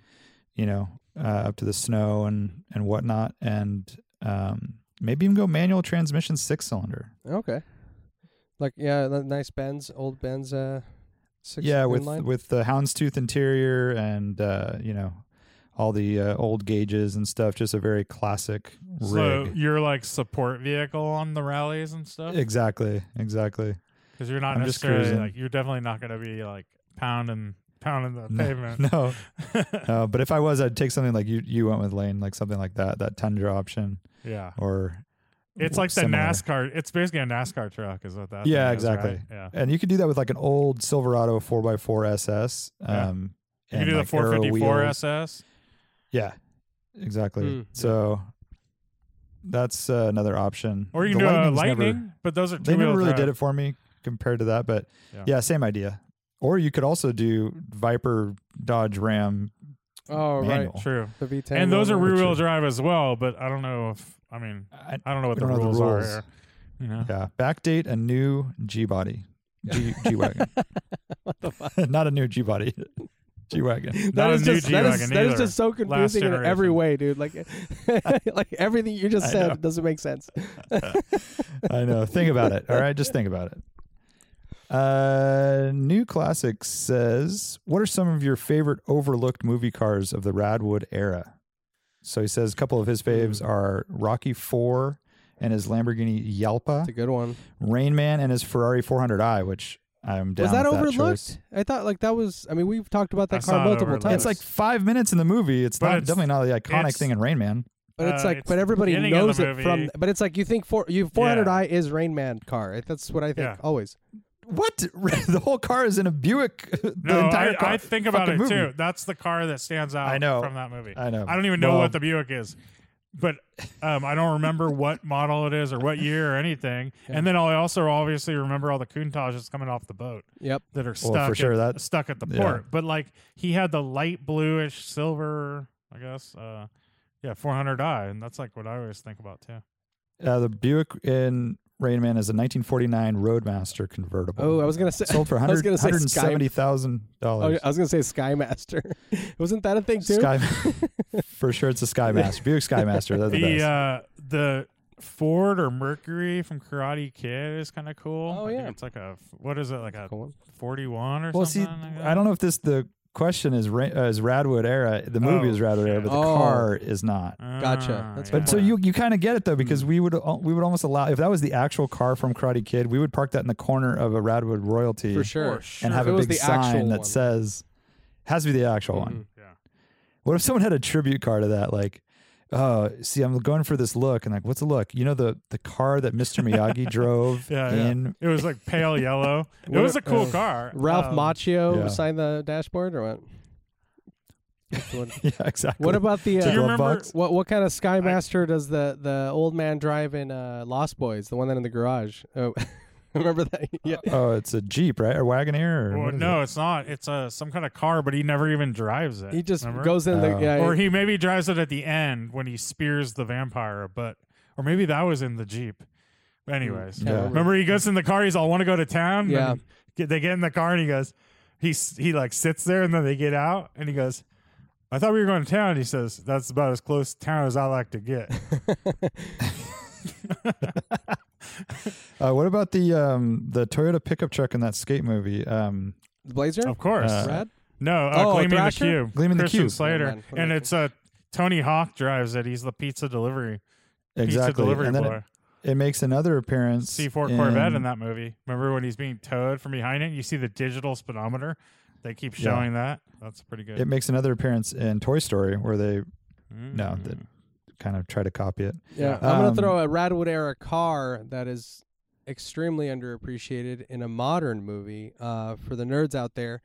E: you know, uh, up to the snow and and whatnot, and um, maybe even go manual transmission six cylinder.
D: Okay. Like yeah, the nice Benz, old Benz. Uh, six
E: yeah,
D: in
E: with
D: line.
E: with the houndstooth interior and uh, you know all the uh, old gauges and stuff. Just a very classic
F: So
E: rig.
F: you're like support vehicle on the rallies and stuff
E: exactly, exactly. *laughs*
F: because you're not
E: I'm just
F: necessarily
E: cruising.
F: like you're definitely not going to be like pounding pounding the pavement. *laughs*
E: No, no. But if I was, I'd take something like you you went with Lane, like something like that, that Tundra option,
F: yeah,
E: or
F: it's
E: w-
F: like the
E: similar.
F: NASCAR. It's basically a NASCAR truck, is what that.
E: Yeah,
F: thing is, right?
E: exactly.
F: Yeah,
E: And you could do that with like an old Silverado 4x4 SS.
F: Yeah.
E: Um,
F: you
E: and,
F: can do the
E: like, aero
F: 454
E: wheels.
F: SS.
E: Yeah, exactly.
D: Mm.
E: So that's uh, another option.
F: Or you
E: The
F: can do a
E: Lightning's never-
F: lightning, but those are two
E: they never
F: wheel
E: really
F: drive.
E: did it for me compared to that, but
F: Yeah.
E: yeah. same idea. Or you could also do Viper, Dodge, Ram.
D: oh right,
E: manual.
F: True,
D: the V10.
F: and those are
D: one.
F: rear wheel
E: Richard.
F: drive as well. But I don't know if I mean
E: I-
F: I don't know what
E: We
F: the
E: don't know the
F: rules, are
E: rules.
F: here. You know,
E: yeah, backdate a new G body, G G *laughs* wagon. *laughs* Not a new G body, G wagon.
F: Not
D: That
F: a
D: is
F: new
D: just that is,
F: G-Wagon
D: that
F: either.
D: is just so confusing in every
F: generation.
D: way, dude. Like, *laughs* like everything you just
E: I know.
D: said doesn't make sense.
E: I know. Think about it. All right, just think about it. Uh, new classic says, "What are some of your favorite overlooked movie cars of the Radwood era?" So he says a couple of his faves
F: Hmm.
E: are Rocky Four and his Lamborghini Yalpa.
D: It's a good one.
E: Rain Man and his Ferrari 400i, which I'm down.
D: was that
E: with
D: overlooked?
E: choice.
D: I thought like that was. I mean, we've talked about
F: I
D: that
F: saw
D: car
F: it
D: multiple
F: overlooked.
D: times.
E: It's like five minutes in the movie. It's
F: But
E: not
F: it's-
E: definitely not the iconic
F: it's-
E: thing in Rain Man.
D: but it's
F: uh,
D: like,
F: it's
D: but everybody
F: beginning of the
D: knows it from.
F: movie.
D: But it's like you think four, you 400i is Rain Man car. That's what I think
F: Yeah.
D: always.
E: What? *laughs* the whole car is in a Buick. *laughs* the
F: No,
E: entire
F: I,
E: car.
F: I think about
E: fucking
F: it
E: movie.
F: too. That's the car that stands out
E: I know.
F: from that movie.
E: I know.
F: I don't even know
E: Well,
F: what the Buick is, but um, I don't remember
E: *laughs*
F: what model it is or what year or anything. And then I also obviously remember all the Cointages coming off the boat
D: Yep.
F: that are stuck
E: Well, for sure,
F: at,
E: that-
F: stuck at the
E: yeah.
F: port. But like he had the light bluish silver, I guess. Uh, yeah, 400i, and that's like what I always think about too.
E: Uh, the Buick in Rain Man is a 1949 Roadmaster convertible.
D: Oh, I was gonna say.
E: sold for
D: *laughs* I was
E: 100,
D: gonna say Sky-
E: $170,000.
D: *laughs* Oh, yeah, I was gonna say Skymaster. *laughs* Wasn't that a thing too?
E: Sky,
D: *laughs*
E: for sure, it's a Skymaster. Buick Skymaster. They're the
F: The
E: best.
F: uh, the Ford or Mercury from Karate Kid is kind of cool.
D: Oh,
F: I think
D: yeah.
F: it's like a what is it like a
D: Cool one.
F: 41 or
E: well, see,
F: something? like
E: I don't know if this the question is ra- uh, is Radwood era. The movie
F: Oh,
E: is Radwood era, but the
D: shit. Oh.
E: car is not.
F: that?
D: Gotcha.
F: Ah,
D: That's
F: yeah.
D: fair.
E: But so you you kind of get it
D: Hmm.
E: though because we would al- we would almost allow if that was the actual car from Karate Kid, we would park that in the corner of a Radwood Royalty
D: for
F: For
D: sure.
F: sure.
E: and have
D: If
E: a
D: it was
E: big
D: the actual
E: sign that
D: one.
E: says has to be the actual one.
F: Mm-hmm. Yeah.
E: What if someone had a tribute car to that like Oh, see, I'm going for this look, and like, what's the look? You know the the car that Mr.
F: *laughs*
E: Miyagi drove
F: Yeah, yeah.
E: in. *laughs*
F: It was like pale yellow.
D: *laughs*
F: it
D: What
F: was
D: a-
F: a cool
D: uh,
F: car.
D: Ralph
F: Um,
D: Macchio
E: yeah.
D: signed the dashboard or what? That's
E: *laughs*
D: the one.
E: Yeah, exactly.
D: What about the
E: Do
D: uh,
E: you
F: remember-
D: what what kind of Skymaster does the the old man drive in uh, Lost Boys? The one that in the garage. Oh, *laughs* remember that? *laughs* Yeah.
E: Oh, it's a Jeep, right? Or Wagoneer? Or
F: Well,
E: what is
F: Oh, no, it's not. It's a some kind of car, but he never even drives it.
D: He just
F: remember?
D: goes in the
E: Oh.
D: yeah,
F: or he maybe drives it at the end when he spears the vampire, but or maybe that was in the jeep. Anyways,
D: can't
E: Yeah.
F: remember he goes in the car. He's all want to go to town.
D: Mm, Yeah.
F: and get- they get in the car and he goes. He s- he like sits there and then they get out and he goes. I thought we were going to town. He says that's about as close to town as I like to get.
E: it? Uh, what about the um, the Toyota pickup truck in that skate movie? Um,
D: the Blazer.
F: Of course,
E: Uh,
D: Rad?
F: no. Uh,
D: Oh,
F: Gleaming the
D: Thrasher?
F: Cube.
E: Gleaming the
F: Christian
E: Cube.
F: Slater,
D: Yeah, man.
F: and it's uh, Tony Hawk drives it. He's the pizza delivery pizza
E: exactly.
F: delivery
E: and then
F: boy.
E: it, it makes another appearance.
F: C4 Corvette in that movie. Remember when he's being towed from behind it? and You see the digital speedometer. They keep
E: Yeah.
F: showing that. That's pretty good.
E: It makes another appearance in Toy Story where they no,
F: Mm.
E: that kind of try to copy it.
D: Yeah, I'm gonna
E: Um,
D: throw a Radwood era car that is extremely underappreciated in a modern movie. Uh, for the nerds out there,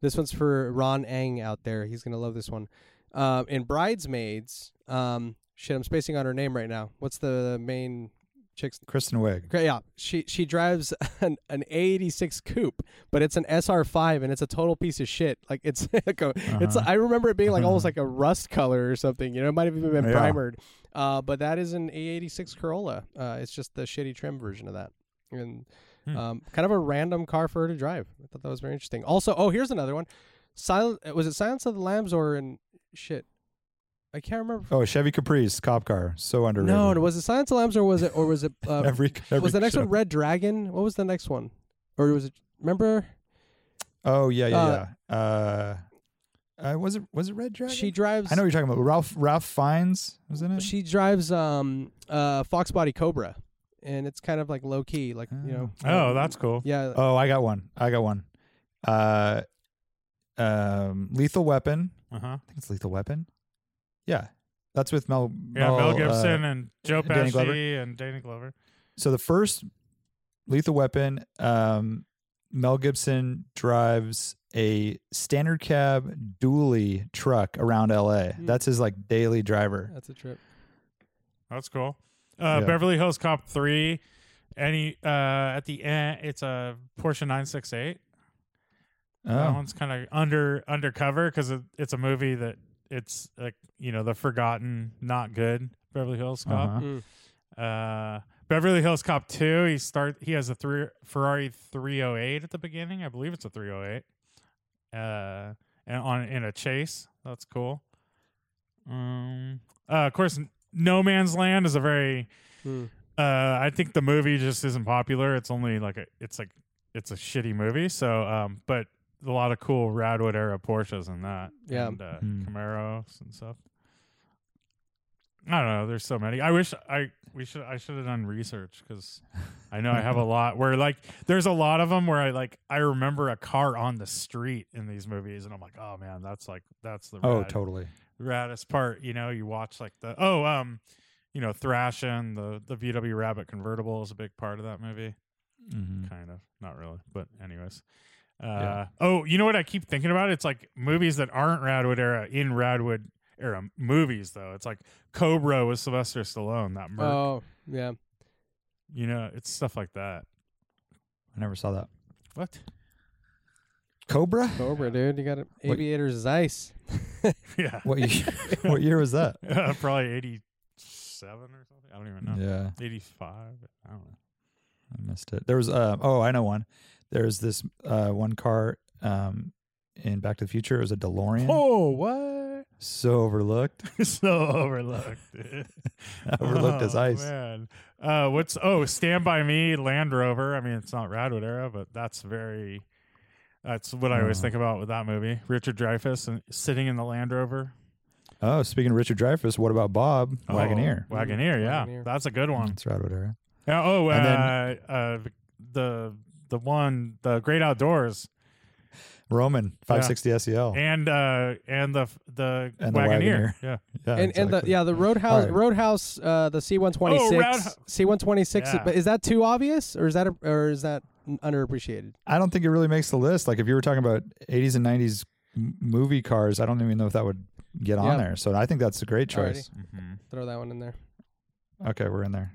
D: this one's for Ron Ang out there. He's gonna love this one. Um, in Bridesmaids, um, shit, I'm spacing on her name right now. What's the main chick's?
E: Kristen Wiig.
D: Great, Yeah, she she drives *laughs* an an '86 coupe, but it's an SR5 and it's a total piece of shit. Like it's *laughs* like a, it's I remember it being like almost like a rust color or something. You know, it might have even been
E: Yeah.
D: primered. Uh, but that is an A86 Corolla. Uh, it's just the shitty trim version of that, and
F: Hmm.
D: um, kind of a random car for her to drive. I thought that was very interesting. Also, oh here's another one. Silent was it Silence of the Lambs or in shit? I can't remember.
E: Oh, Chevy Caprice cop car. So underrated.
D: No, no, was it Silence of the Lambs or was it or was it uh,
E: *laughs* every, every
D: was the next
E: show.
D: one Red Dragon? What was the next one? Or was it? Remember,
E: Oh yeah, yeah,
D: Uh,
E: yeah. Uh, uh, was it was it Red Dragon?
D: she drives.
E: I know what you're talking about. Ralph Ralph Fiennes was in it.
D: She drives um uh Fox Body Cobra, and it's kind of like low key, like you know.
F: Oh,
D: um,
F: that's cool.
D: yeah.
E: oh, I got one. I got one. Uh, um, Lethal Weapon.
F: Uh huh.
E: I think it's Lethal Weapon. Yeah, that's with Mel.
F: Yeah, Mel,
E: Mel, uh,
F: Gibson and Joe
E: Danny Glover.
F: Pesci and Danny Glover.
E: so the first Lethal Weapon, um, Mel Gibson drives a standard cab dually truck around L.A.
D: Hmm.
E: That's his like daily driver.
D: That's a trip.
F: That's cool. Uh,
E: Yeah.
F: Beverly Hills Cop three. Any uh, at the end, it's a Porsche nine six eight. That
E: Oh,
F: one's kind of under undercover because it, it's a movie that it's like you know the forgotten, not good Beverly Hills Cop.
E: uh-huh.
F: Uh, Beverly Hills Cop Two. He start. He has a three Ferrari 308 at the beginning. I believe it's a 308. Uh, and on in a chase. That's cool. Um, uh, of course, No Man's Land is a very.
D: Hmm.
F: Uh, I think the movie just isn't popular. It's only like a. It's like it's a shitty movie. So, um, but a lot of cool Radwood era Porsches in that.
D: Yeah.
F: and, uh,
E: Hmm.
F: Camaros and stuff. I don't know. There's so many. I wish I we should I should have done research because I know I
E: *laughs*
F: have a lot where like there's a lot of them where I like I remember a car on the street in these movies and I'm like oh man that's like that's the
E: oh,
F: rad-
E: totally.
F: raddest part you know you watch like the oh um you know Thrashing the the VW Rabbit convertible is a big part of that movie
E: Mm-hmm.
F: kind of not really but anyways uh
E: Yeah.
F: oh you know what i keep thinking about it's like movies that aren't radwood era in radwood era movies though it's like cobra with sylvester stallone that merc.
D: Oh yeah.
F: you know it's stuff like that
E: I never saw that.
F: what
E: Cobra?
D: Cobra, dude. You got it.
E: What-
D: Aviators is ice.
F: *laughs* yeah
E: What year, what year was that?
F: *laughs* Uh, probably 87 or something i don't even know
E: Yeah,
F: 85 i don't know *laughs*
E: I missed it. There was uh, oh, I know one. There's this uh, one car um, in Back to the Future. It was a DeLorean.
F: oh what
E: So overlooked. *laughs*
F: so overlooked dude.
E: overlooked as
F: Oh,
E: ice.
F: Man. Uh, what's oh, Stand by Me, Land Rover. I mean, it's not Radwood era, but that's very. That's what I always
E: Oh.
F: think about with that movie. Richard Dreyfuss and sitting in the Land Rover.
E: Oh, speaking of Richard Dreyfuss, what about Bob
F: Oh,
E: Wagoneer?
F: Wagoneer, yeah,
D: Wagoneer.
F: that's a good one.
E: That's Radwood era.
F: Yeah, oh,
E: And
F: uh, uh, the the one, the Great Outdoors,
E: Roman 560 SEL.
F: and uh, and the the
E: Oh. And the
F: Wagoneer.
E: Wagoneer.
F: Yeah,
E: yeah,
D: and and the
E: exactly.
D: yeah the Roadhouse
E: Alright.
D: Roadhouse uh the C one twenty
F: Oh, Roundhou-
D: six C one twenty six.
F: Yeah.
D: But is that too obvious or is that a, or is that n- underappreciated?
E: I don't think it really makes the list. Like if you were talking about 80s and 90s m- movie cars. I don't even know if that would get on
D: Yeah.
E: there. So I think that's a great choice.
F: Mm-hmm.
D: Throw that one in there.
E: Okay, we're in there.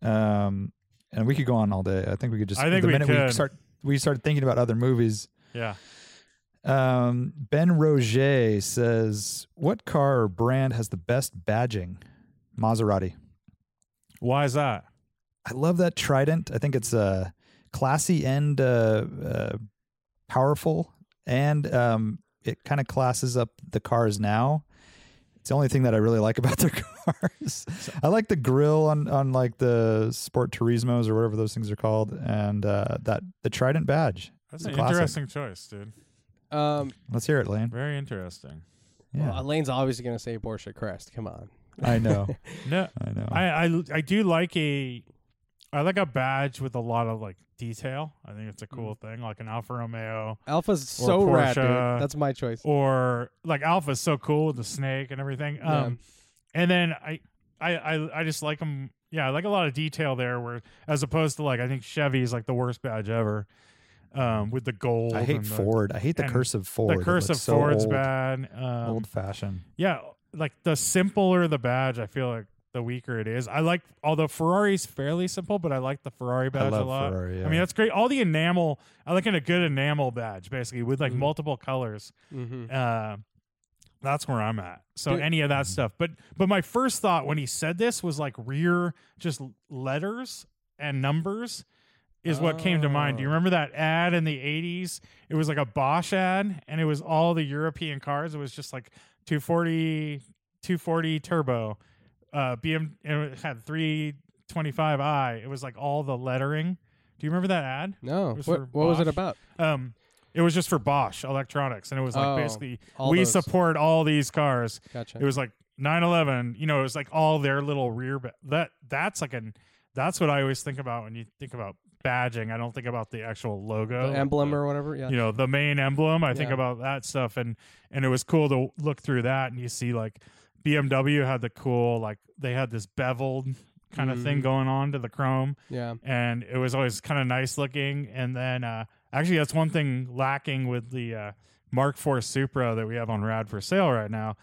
E: Um, and we could go on all day. I think we could just.
F: I think
E: the
F: we
E: minute we
F: could.
E: start we start thinking about other movies.
F: Yeah.
E: Um, ben Roger says, "What car or brand has the best badging?" Maserati.
F: Why is that?
E: I love that Trident. I think it's uh, classy and uh, uh, powerful, and um, it kind of classes up the cars now. It's the only thing that I really like *laughs* about their cars. I like the grill on on like the Sport Turismos or whatever those things are called, and uh, that the Trident badge.
F: That's
E: It's a
F: an
E: classic.
F: interesting choice, dude.
D: Um,
E: Let's hear it, Lane.
F: Very interesting.
E: Yeah,
D: well, Elaine's obviously gonna say Porsche Crest. Come on.
F: *laughs*
E: I know,
F: No,
E: I know.
F: I, I I do like a I like a badge with a lot of like detail. I think it's a cool
E: Mm.
F: thing, like an Alfa Romeo
D: Alpha's so rad, dude.
F: Porsche.
D: That's my choice.
F: or like Alpha's so cool with the snake and everything.
D: Yeah.
F: Um, and then I, I I I just like them. Yeah, I like a lot of detail there. Where as opposed to like I think Chevy is like the worst badge ever. Um, with the gold.
E: I hate
F: and the-
E: Ford. I hate the
F: and
E: curse of
F: The,
E: Ford. It
F: curse
E: looks
F: of
E: so
F: Ford's
E: old,
F: bad. Um,
E: old fashioned.
F: Yeah, like the simpler the badge, I feel like the weaker it is. I like although Ferrari's fairly simple, but I like the Ferrari badge
E: love
F: a lot.
E: Ferrari,
F: I
E: yeah.
F: mean, that's great. All the enamel, I like in a good enamel badge, basically with
E: Mm.
F: like multiple colors.
D: Mm-hmm.
F: Uh, that's where I'm at. So
D: Dude. Mm-hmm.
F: any of that stuff, but but my first thought when he said this was like rear just letters and numbers is what came to mind. Do you
D: Oh.
F: remember that ad in the 80s? It was like a Bosch ad and it was all the European cars. It was just like 240 240 turbo uh BM and it had 325i. It was like all the lettering. Do you remember that ad?
D: No.
F: It was
D: What,
F: for
D: what was it
F: Bosch.
D: about?
F: Um it was just for Bosch Electronics and it was like
D: Oh,
F: basically
D: all
F: we
D: those.
F: support all these cars
D: Gotcha.
F: it was like 9-11 you know it was like all their little rear ba- that that's like an that's what i always think about when you think about badging i don't think about the actual
D: The
F: logo
D: emblem
F: the-
D: or whatever. Yeah.
F: you know the main emblem i think
D: Yeah.
F: about that stuff and and it was cool to look through that and you see like bmw had the cool like they had this beveled kind of thing
D: Mhm.
F: going on to the chrome
D: Yeah.
F: and it was always kind of nice looking. And then uh, actually, that's one thing lacking with the uh, Mark IV Supra that we have on Rad for sale right now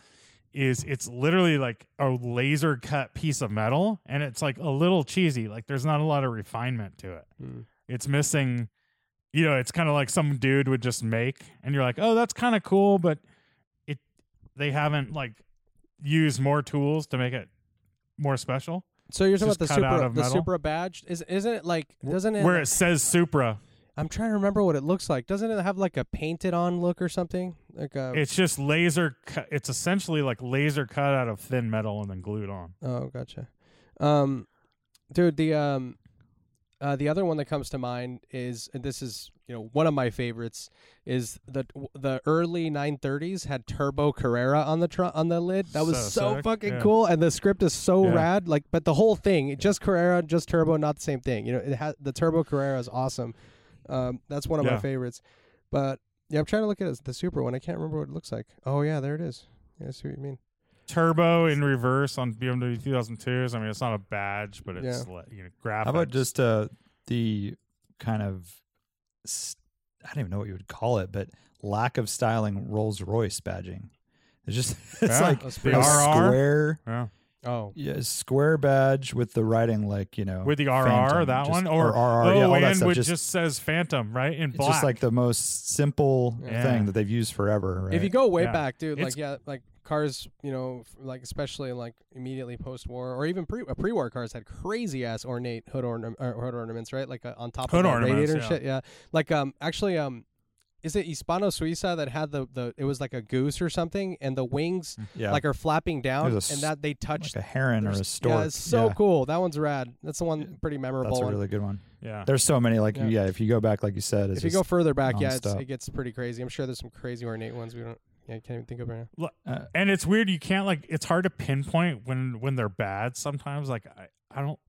F: is it's literally like a laser cut piece of metal, and it's like a little cheesy. Like there's not a lot of refinement to it.
D: Mm.
F: It's missing. You know, it's kind of like some dude would just make, and you're like, oh, that's kind of cool, but it they haven't like used more tools to make it more special.
D: So you're talking
F: Just
D: about the
F: cut out
D: Supra,
F: of
D: the
F: metal?
D: Supra badge? Is isn't it like doesn't it?
F: Where it says Supra,
D: I'm trying to remember what it looks like. Doesn't it have like a painted on look or something? Like a
F: It's just laser. Cu- it's essentially like laser cut out of thin metal and then glued on.
D: Oh, gotcha. Um, dude, the um, uh, the other one that comes to mind is, and this is you know one of my favorites, is the the early 930s had Turbo Carrera on the tr- on the lid. That was
F: So
D: so,
F: sick,
D: fucking
F: yeah.
D: cool, and the script is so
F: Yeah.
D: rad. Like, but the whole thing, just Carrera, just Turbo, not the same thing. You know, it has the Turbo Carrera is awesome. Um, that's one of my
F: Yeah.
D: favorites. But yeah, I'm trying to look at it, the Super one. I can't remember what it looks like. Oh yeah, there it is. Yeah, I see what you mean.
F: Turbo in reverse on BMW 2002s. I mean, it's not a badge, but it's like you know, graphics.
E: How about just uh, the kind of s- I don't even know what you would call it, but lack of styling Rolls Royce badging. It's just *laughs* it's
F: Yeah.
E: like
D: That's
F: the
E: a
D: pretty-
F: RR?
E: square,
F: yeah.
D: Oh,
E: yeah, square badge with the writing like you know
F: with the RR
E: Phantom,
F: that
E: just-
F: one or,
E: RR,
F: oh,
E: yeah, all
F: and
E: that stuff.
F: which
E: Just,
F: just, says Phantom right in
E: it's
F: black.
E: just like the most simple
F: Yeah.
E: thing that they've used forever. Right?
D: If you go way
F: Yeah.
D: back, dude,
F: It's-
D: like yeah, like cars, you know, f- like especially like immediately post-war or even pre uh, pre-war cars had crazy ass ornate hood ornament or hood ornaments, right? Like uh, on top
F: Hood
D: of the
F: ornaments,
D: radiator and
F: yeah.
D: shit. Yeah, like um, actually um. Is it Hispano Suiza that had the, the it was like a goose or something and the wings
E: yeah,
D: like are flapping down
E: There's a
D: and
E: s-
D: that they touch
E: like a heron or a stork.
D: Yeah, it's so
E: Yeah,
D: cool. That one's rad. That's the one pretty memorable
E: That's a
D: one.
E: really good one.
F: yeah.
E: There's so many like
D: Yeah.
E: yeah. if you go back like you said, it's
D: if you go further back, yeah, it's,
E: nonstop.
D: it gets pretty crazy. I'm sure there's some crazy ornate ones we don't yeah, I can't even think of right now.
F: And it's weird. You can't like. It's hard to pinpoint when when they're bad. Sometimes like I I don't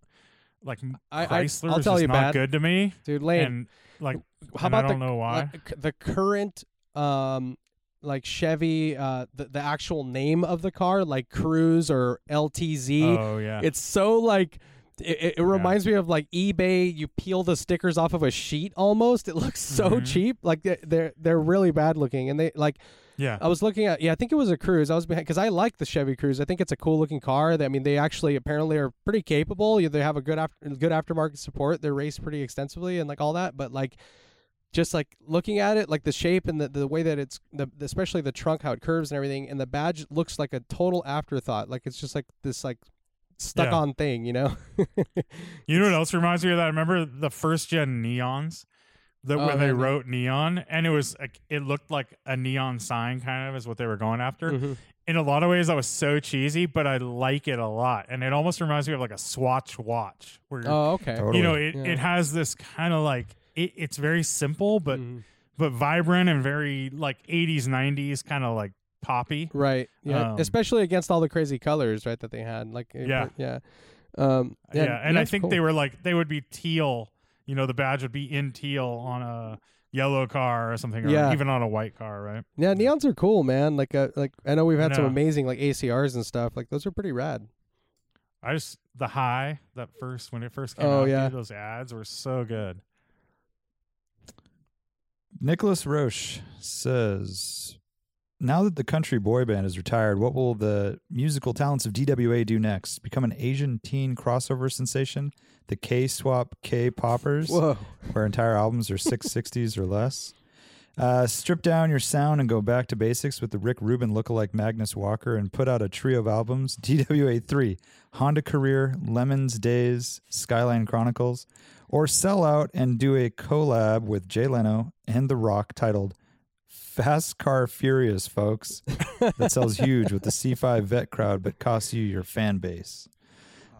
F: like
D: I- I-
F: Chrysler
D: I'll
F: is
D: tell
F: just
D: you
F: not
D: bad.
F: good to me.
D: Dude, Lane,
F: And like
D: how
F: and
D: about
F: I don't
D: the
F: know why.
D: like, c- the current um like Chevy uh the, the actual name of the car like Cruise or LTZ
F: oh yeah.
D: it's so like it, it- it reminds me of like eBay you peel the stickers off of a sheet almost it looks so
F: Mhm.
D: cheap like they're, they're they're really bad looking and they like
F: Yeah.
D: I was looking at yeah, I think it was a Cruise. I was behind because I like the Chevy Cruise. I think it's a cool looking car. They- I mean, they actually apparently are pretty capable. Yeah, They have a good after, good aftermarket support. They're raced pretty extensively and like all that. But like, just like looking at it, like the shape and the, the way that it's the especially the trunk how it curves and everything, and the badge looks like a total afterthought. Like it's just like this like stuck on thing, you know? *laughs*
F: You know what else reminds me of that? Remember the first gen neons that
D: Oh,
F: where they
D: yeah.
F: wrote neon and it was like it looked like a neon sign kind of is what they were going after.
D: Mhm.
F: In a lot of ways that was so cheesy, but I like it a lot. And it almost reminds me of like a swatch watch where you're-
D: Oh, okay.
E: Totally.
F: you know it,
D: Yeah.
F: it has this kind of like it, it's very simple but
D: Mhm.
F: but vibrant and very like 80s 90s kind of like poppy.
D: Right. Yeah.
F: Um,
D: Especially against all the crazy colors, right? That they had. Like. it-
F: Yeah.
D: Yeah. Um,
F: Yeah, and I
D: that's
F: think
D: cool.
F: they were like they would be teal. You know, the badge would be in teal on a yellow car or something, or
D: Yeah.
F: even on a white car, right?
D: Yeah, neons are cool, man. Like, uh, like I know we've had some
F: No.
D: amazing like ACRs and stuff. Like those are pretty rad.
F: I just the high that first when it first came
D: Oh,
F: out,
D: yeah.
F: dude, those ads were so good.
E: Nicholas Roche says, "Now that the country boy band is retired, what will the musical talents of DWA do next? Become an Asian teen crossover sensation? The K Swap K Poppers,
D: Whoa.
E: where entire albums
D: *laughs*
E: are six sixties or less." Uh, strip down your sound and go back to basics with the Rick Rubin lookalike Magnus Walker and put out a trio of albums *laughs* DWA 3, Honda Career, Lemons Days, Skyline Chronicles, or sell out and do a collab with Jay Leno and The Rock titled Fast Car Furious, folks,
D: *laughs*
E: that sells huge with the C5 vet crowd but costs you your fan base.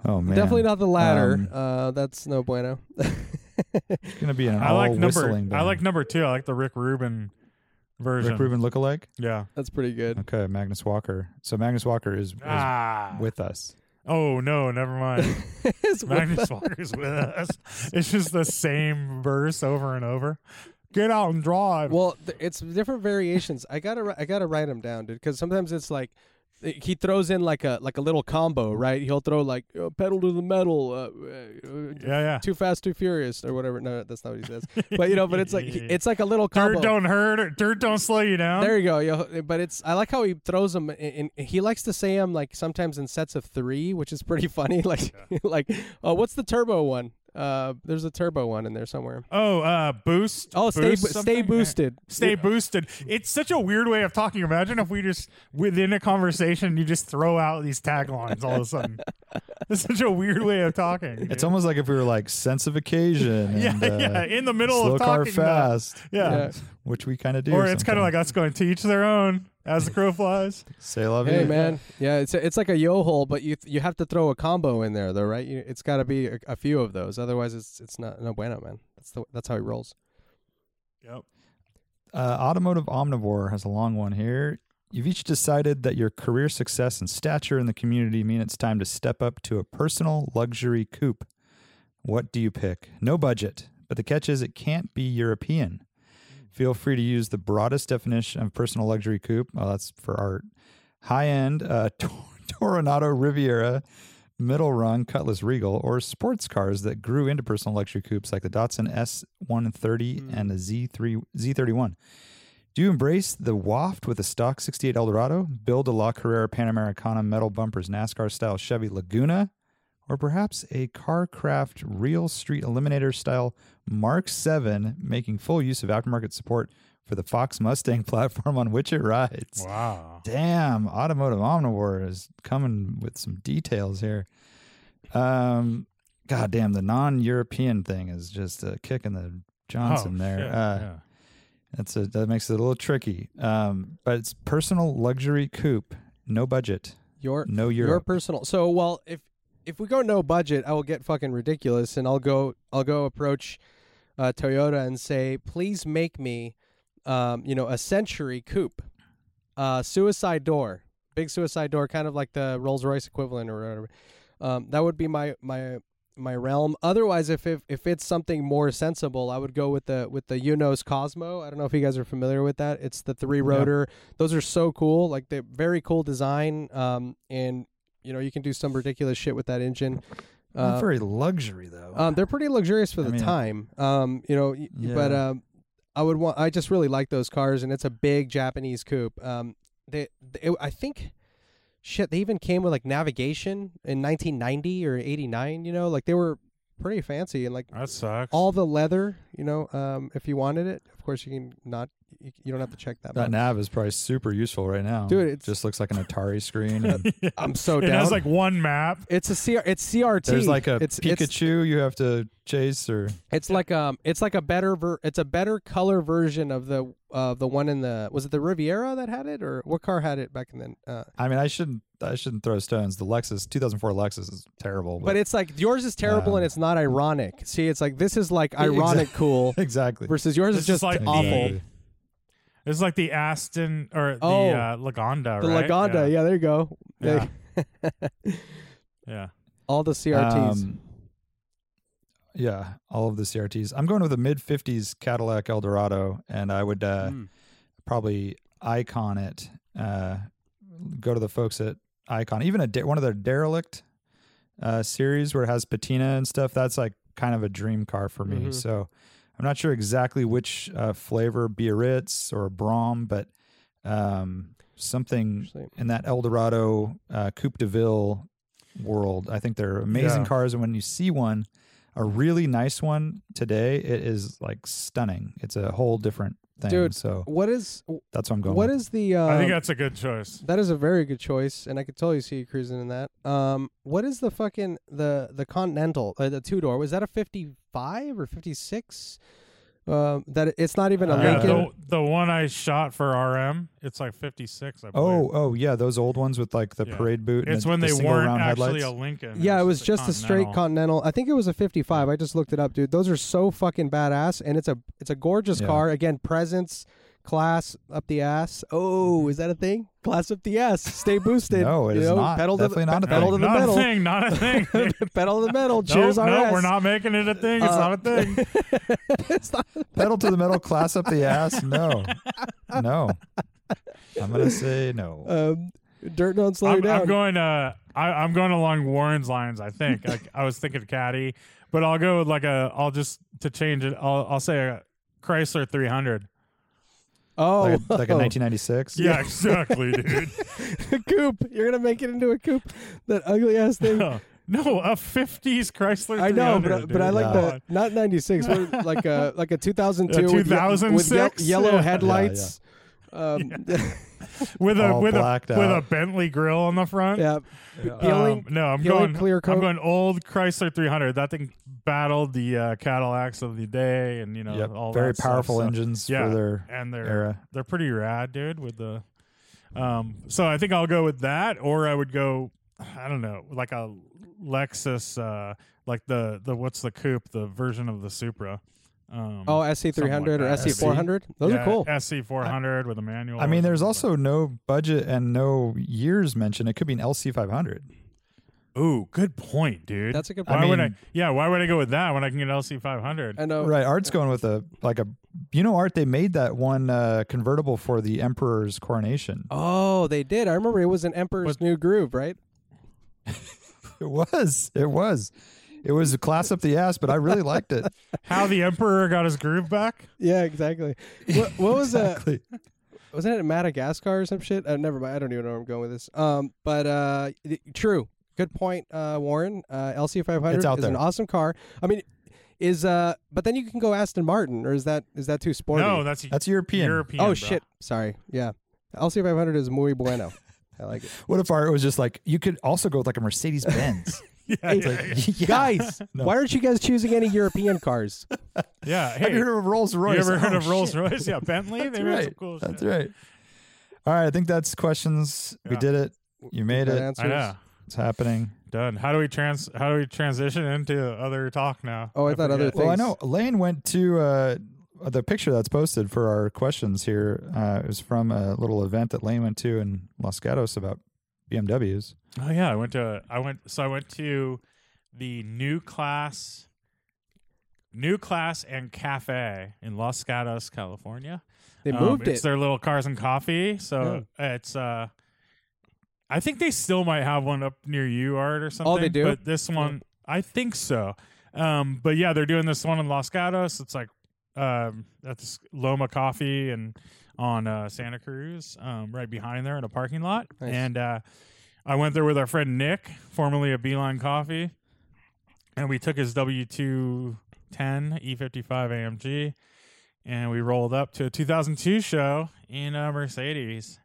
E: Oh, man.
D: Definitely not the latter.
E: Um,
D: uh, that's no bueno. *laughs*
E: It's going to be an
F: I
E: all
F: like number
E: whistling
F: I
E: band.
F: like number two. I like the Rick Rubin version.
E: Rick Rubin lookalike.
F: Yeah.
D: that's pretty good.
E: Okay, Magnus Walker. So Magnus Walker is, is
F: Ah.
E: with us.
F: oh no, never mind.
D: It's with-
F: Magnus Walker's with us. It's just the same verse over and over. Get out and drive.
D: well, th- it's different variations. I gotta, ri- I gotta write them down, dude. Because sometimes it's like it- he throws in like a like a little combo, right? He'll throw like uh, pedal to the metal, uh, uh, uh,
F: yeah, yeah.
D: too fast, too furious, or whatever. No, that's not what he says. But you know, but it's like he-
F: Yeah.
D: it's like a little combo.
F: Dirt don't hurt. or Dirt don't slow you down.
D: There you go. Yo, but it's I like how he throws them, and he likes to say them like sometimes in sets of three, which is pretty *laughs* funny. Like, like oh, what's the turbo one? Uh, there's a turbo one in there somewhere.
F: Oh, uh, boost.
D: Oh, stay
F: Boost
D: bo- stay
F: something?
D: boosted.
F: Stay boosted. It's such a weird way of talking. Imagine if we just within a conversation you just throw out these taglines all of a sudden. *laughs* It's such a weird way of talking. dude.
E: It's almost like if we were like sense of
F: *laughs*
E: occasion
F: yeah,
E: and uh,
F: yeah. In the middle
E: slow
F: of
E: car
F: talking, though.
E: fast,
F: Yeah.
E: which we kind of do.
F: Or it's kind of like
E: sometimes.
F: us going to each their own as the crow flies.
E: say love
D: Hey
E: you.
D: man, yeah, it's it's like a yo hole, but you you have to throw a combo in there though, right? You, it's got to be a, a few of those, otherwise it's it's not no bueno, man. That's the that's how he rolls.
F: Yep.
E: Uh, Automotive Omnivore has a long one here. You've each decided that your career success and stature in the community mean it's time to step up to a personal luxury coupe. What do you pick? No budget, but the catch is it can't be European.
F: Hmm.
E: Feel free to use the broadest definition of personal luxury coupe. Oh, that's for art. High end uh, *laughs* Tor- Toronado Riviera, middle run Cutlass Regal, or sports cars that grew into personal luxury coupes like the Datsun S130 and the Z3 Z31. Do you embrace the waft with a stock 68 Eldorado, build a La Carrera Panamericana metal bumpers NASCAR style Chevy Laguna, or perhaps a Carcraft real street eliminator style Mark 7 making full use of aftermarket support for the Fox Mustang *laughs* platform on which it rides?
F: Wow.
E: Damn, Automotive Omnivore is coming with some details here. Um, God damn, the non European thing is just a kick in the Johnson
F: oh,
E: there.
F: shit,
E: Uh,
F: yeah.
E: that's a, that makes it a little tricky. Um, but it's personal luxury coupe, no budget,
D: Your
E: no
D: Your
E: Europe.
D: personal. So well, if if we go no budget, I will get fucking ridiculous, and I'll go I'll go approach uh, Toyota and say, please make me, um, you know, a Century coupe, uh, suicide door, big suicide door, kind of like the Rolls Royce equivalent or whatever. Um, that would be my my my realm. Otherwise, if, if if it's something more sensible, I would go with the with the Unos Cosmo. I don't know if you guys are familiar with that. It's the three rotor. Those are so cool. Like they very cool design. Um, and you know you can do some ridiculous shit with that engine.
E: Not
D: Uh,
E: very luxury though.
D: um, they're pretty luxurious for
E: I
D: the
E: mean,
D: time. Um, you know, y- but
E: Yeah.
D: um, I would want. I just really like those cars, and it's a big Japanese coupe. Um, they, they I think, shit, they even came with like navigation in 1990 or 89. You know, like they were pretty fancy and like
F: That sucks.
D: all the leather. You know, um, if you wanted it, of course you can not. You, you don't have to check that.
E: That
D: much.
E: nav is probably super useful right now.
D: Dude, it's-
E: just looks like an Atari
D: *laughs*
E: screen. and *laughs*
D: I'm so
F: it
D: down.
F: has like one map.
D: it's a CR. It's CRT.
E: there's like a
D: it's,
E: Pikachu
D: It's,
E: you have to chase or
D: It's like um, it's like a better ver- it's a better color version of the uh, the one in the was it the Riviera that had it or what car had it back in then? Uh,
E: I mean I shouldn't I shouldn't throw stones. The Lexus 2004 Lexus is terrible.
D: but it's like yours is terrible
F: Uh,
D: and it's not ironic. See, it's like this
F: *laughs*
D: is like ironic cool
E: *laughs* exactly.
D: versus yours
F: This
D: is just
F: like
D: awful.
F: The, it's like the Aston or the
D: Oh.
F: uh, Lagonda,
D: The
F: right?
D: Lagonda, yeah. there you go.
F: Yeah.
D: They-
F: yeah.
D: All the CRTs.
E: Um, yeah, all of the CRTs. I'm going with a mid 50s Cadillac Eldorado, and I would uh,
D: Mm.
E: probably icon it. Uh, go to the folks at Icon, even a de- one of their derelict uh, series where it has patina and stuff. That's like kind of a dream car for me.
D: Mhm.
E: So I'm not sure exactly which uh, flavor, Biarritz or Brom, but um, something
D: Actually,
E: in that Eldorado uh, Coupe de Ville world. I think they're amazing
F: Yeah.
E: cars, and when you see one, a really nice one today, it is like stunning. It's a whole different thing.
D: Dude,
E: so
D: What is
E: that's what I'm going.
D: what
E: with.
D: is the? Um,
F: I think that's a good choice.
D: That is a very good choice, and I could totally see you cruising in that. Um, what is the fucking the the Continental, uh, the two door? Was that a fifty five or fifty six? Um, that it's not even a
E: Uh,
F: Yeah,
D: Lincoln.
F: the, the one I shot for RM, it's like 56, I believe.
E: Oh, oh yeah, those old ones with like the
F: Yeah.
E: parade boot. And
F: it's
E: the,
F: when
E: the
F: they
E: single
F: weren't
E: round
F: actually
E: headlights.
F: a Lincoln.
D: yeah, it was just a straight
F: Continental.
D: Continental. I think it was a fifty five. I just looked it up, dude. Those are so fucking badass, and it's a it's a gorgeous
E: Yeah.
D: car. Again, presence, class up the ass. Oh, is that a thing? Class up the ass. Stay boosted.
E: Mm-hmm. No, it
D: it is
E: is not.
D: Pedal to the-
E: Definitely not a
D: pedal
E: thing.
D: to the
F: not a
D: metal.
F: thing. Not
D: *laughs*
F: a thing. nope,
D: Pedal to the metal.
F: *laughs*
D: Cheers,
F: nope,
D: RS.
F: we're not making it a thing. It's
D: Uh,
F: not a thing.
D: it's not.
E: Pedal to the metal, class
F: *laughs*
E: up the ass. No, no. I'm gonna say no.
D: Um, dirt don't *laughs* slow you
F: I'm,
D: down.
F: I'm going. Uh, I, I'm going along Warren's lines. I
D: *laughs*
F: think. I, I was thinking Caddy, but I'll go with like a. I'll just to change it. I'll I'll say a Chrysler 300.
D: oh,
E: like, a, like a
D: *laughs*
E: 1996.
F: Yeah, exactly, dude.
D: a coupe. You're gonna make it into a coupe. That ugly
F: *laughs*
D: ass thing.
F: no, a 50s Chrysler.
D: I know,
F: 300,
D: but, but I
F: dude.
D: like
F: Come
D: the
F: on.
D: not
F: *laughs*
D: '96, but like a like a 2002,
F: A
D: with ye- with, ye-
F: 2006?
D: yellow
F: Yeah.
D: headlights. Um, *laughs* yeah,
F: with a
E: all
F: with a
E: blacked
F: with
E: out.
F: a Bentley grill on the front.
D: peeling.
F: Um, no, I'm
D: peeling
F: going
D: clear coat.
F: I'm going old Chrysler 300. That thing battled the uh, Cadillacs of the day, and you know,
E: Yep,
F: all
E: very
F: that stuff,
E: powerful
F: so-
E: engines
F: Yeah,
E: for their
F: and they're
E: era.
F: they're pretty rad, dude. With the, um, so I think I'll go with that, or I would go, I don't know, like a Lexus, uh, like the the what's the coupe, the version of the Supra. Um,
D: oh, SC300
F: something
D: or
F: like that.
D: SC400. Those
F: yeah,
D: are cool.
F: SC 400 with a manual.
E: I mean, there's
F: But-
E: also no budget and no years mentioned. It could be an LC 500.
F: ooh, good point, dude.
D: That's a good
F: Why
D: point.
F: would I?
E: mean-
F: Yeah, why would I go with that when I can get LC 500?
D: I know.
E: Right, Art's going with a like a you know Art. They made that one uh, convertible for the Emperor's
F: *laughs*
E: coronation.
D: Oh, they did. I remember it was an Emperor's New Groove, right?
E: It was, it was, it was a class up the ass, but I really
F: *laughs*
E: liked it.
F: How the Emperor got his groove back?
D: Yeah, exactly. What, what was uh, that?
E: Exactly.
D: wasn't it in Madagascar or some shit? Uh, never mind. I don't even know where I'm going with this. Um, but uh, th- true. Good point, uh, Warren. Uh, LC 500 is
E: It's out
D: an
E: there.
D: awesome car. I mean, is uh, but then you can go Aston Martin, or is that is that too sporty?
F: No, that's,
E: That's European.
F: European.
D: oh
F: bro.
D: shit. Sorry. Yeah, LC 500 is muy bueno. I like
E: *laughs*
D: it.
E: What if Art was just like you could also go with like a
F: *laughs*
E: Mercedes Benz?
F: Yeah,
D: Hey,
F: yeah, yeah.
E: *laughs*
D: Guys,
E: No.
D: why aren't you guys choosing any European cars?
F: Yeah, Hey,
E: Have you heard of Rolls Royce?
F: You ever heard
E: Oh,
F: of Rolls
E: shit.
F: Royce? Yeah, Bentley.
E: That's
F: they made some
E: right.
F: cool
E: That's
F: shit.
E: right. All right, I think that's questions. We
F: Yeah.
E: did it. You made
D: Good
E: it.
D: answers.
F: I know.
E: It's happening.
F: Done. How do we trans? How do we transition into other talk now?
D: Oh, I thought other
F: forget.
D: thing-
E: Well, I
D: Thanks.
E: know Lane went to uh, the picture that's posted for our questions here. Uh, it was from a little event that Lane went to in Los Gatos about BMWs.
F: Oh yeah, I went to. I went. So I went to the new class, new class and cafe in Los Gatos, California.
D: They
F: Um,
D: moved
F: It's
D: it.
F: their little cars and coffee. So it's uh I think they still might have one up near you, Art, or something.
D: Oh, they do?
F: But this one I think so. Um but yeah, they're doing this one in Los Gatos. It's like um, at this Loma Coffee and on uh, Santa Cruz, um, right behind there in a parking lot.
D: Nice.
F: And uh, I went there with our friend Nick, formerly of Beeline Coffee, and we took his W two ten E fifty five AMG, and we rolled up to a two thousand two show in a Mercedes.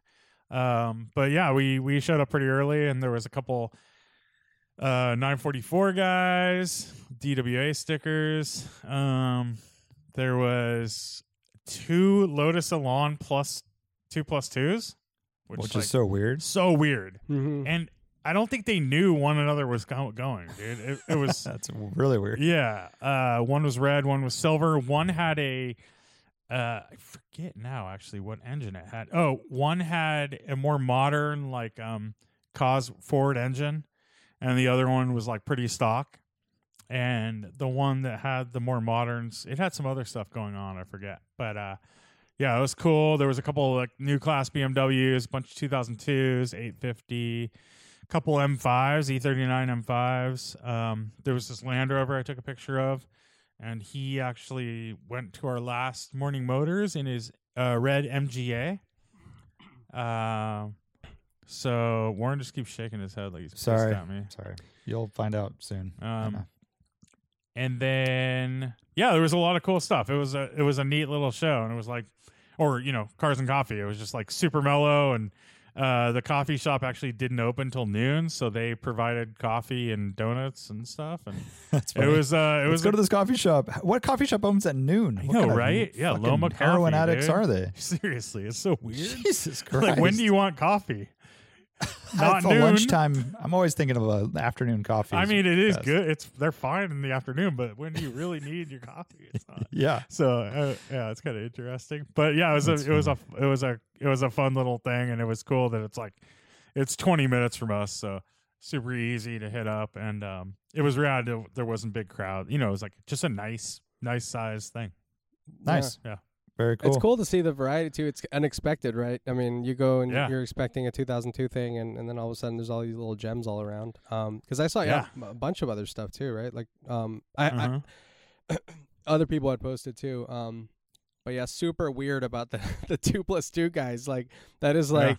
F: Um, but yeah, we we showed up pretty early, and there was a couple uh 944 guys dwa stickers um there was two lotus salon plus two plus twos which,
E: which
F: like,
E: is so weird.
F: so weird
D: Mm-hmm.
F: and i don't think they knew one another was go- going dude it, it was
E: That's really weird.
F: yeah uh one was red one was silver one had a uh i forget now actually what engine it had oh one had a more modern like um cause forward engine and the other one was like pretty stock and the one that had the more moderns it had some other stuff going on i forget but uh yeah it was cool there was a couple like new class bmws a bunch of 2002s 850 a couple E m5s e39 m5s um there was this land rover i took a picture of and he actually went to our last morning motors in his uh, red mga uh, so warren just keeps shaking his head like he's pissed
E: Sorry.
F: at me
E: Sorry. You'll find out soon.
F: um, and then yeah, there was a lot of cool stuff. It was a it was a neat little show, and it was like, or you know, cars and coffee. It was just like super mellow, and uh, the coffee shop actually didn't open till noon, so they provided coffee and donuts and stuff, and
E: *laughs* That's
F: it
E: funny.
F: was uh, it
E: Let's
F: was
E: go to this coffee shop. What coffee shop opens at noon?
F: I
E: What
F: know,
E: kind of
F: right? Yeah,
E: fucking
F: Loma
E: Heroin
F: Coffee,
E: addicts
F: dude.
E: are they?
F: *laughs* seriously, it's so
E: *laughs*
F: weird.
E: Jesus
F: *laughs*
E: Christ!
F: like, when do you want
E: *laughs*
F: coffee?
E: At
F: Not
E: the
F: noon.
E: lunchtime. I'm always thinking of an afternoon coffee.
F: I mean, it is
E: best.
F: good. It's they're fine in the afternoon, but when do you really need your coffee? It's not.
E: Yeah.
F: So uh, yeah, it's kind of interesting. But yeah, it was
E: That's
F: a it was a it was a it was a fun little thing, and it was cool that it's like it's 20 minutes from us, so super easy to hit up, and um, it was rad. that There wasn't big crowd, you know. It was like just a nice nice sized thing.
E: Nice.
F: Yeah.
E: Very cool.
D: It's cool to see the variety too. It's unexpected, right? I mean, you go and
F: Yeah.
D: you're expecting a 2002 thing, and, and then all of a sudden there's all these little gems all around. Because I saw yeah, a bunch of other stuff too, right? Like, um, I, I,
F: Uh-huh.
D: other people had posted too. Um, but yeah, super weird about the *laughs* the two plus two guys. Like that is
F: Yeah.
D: like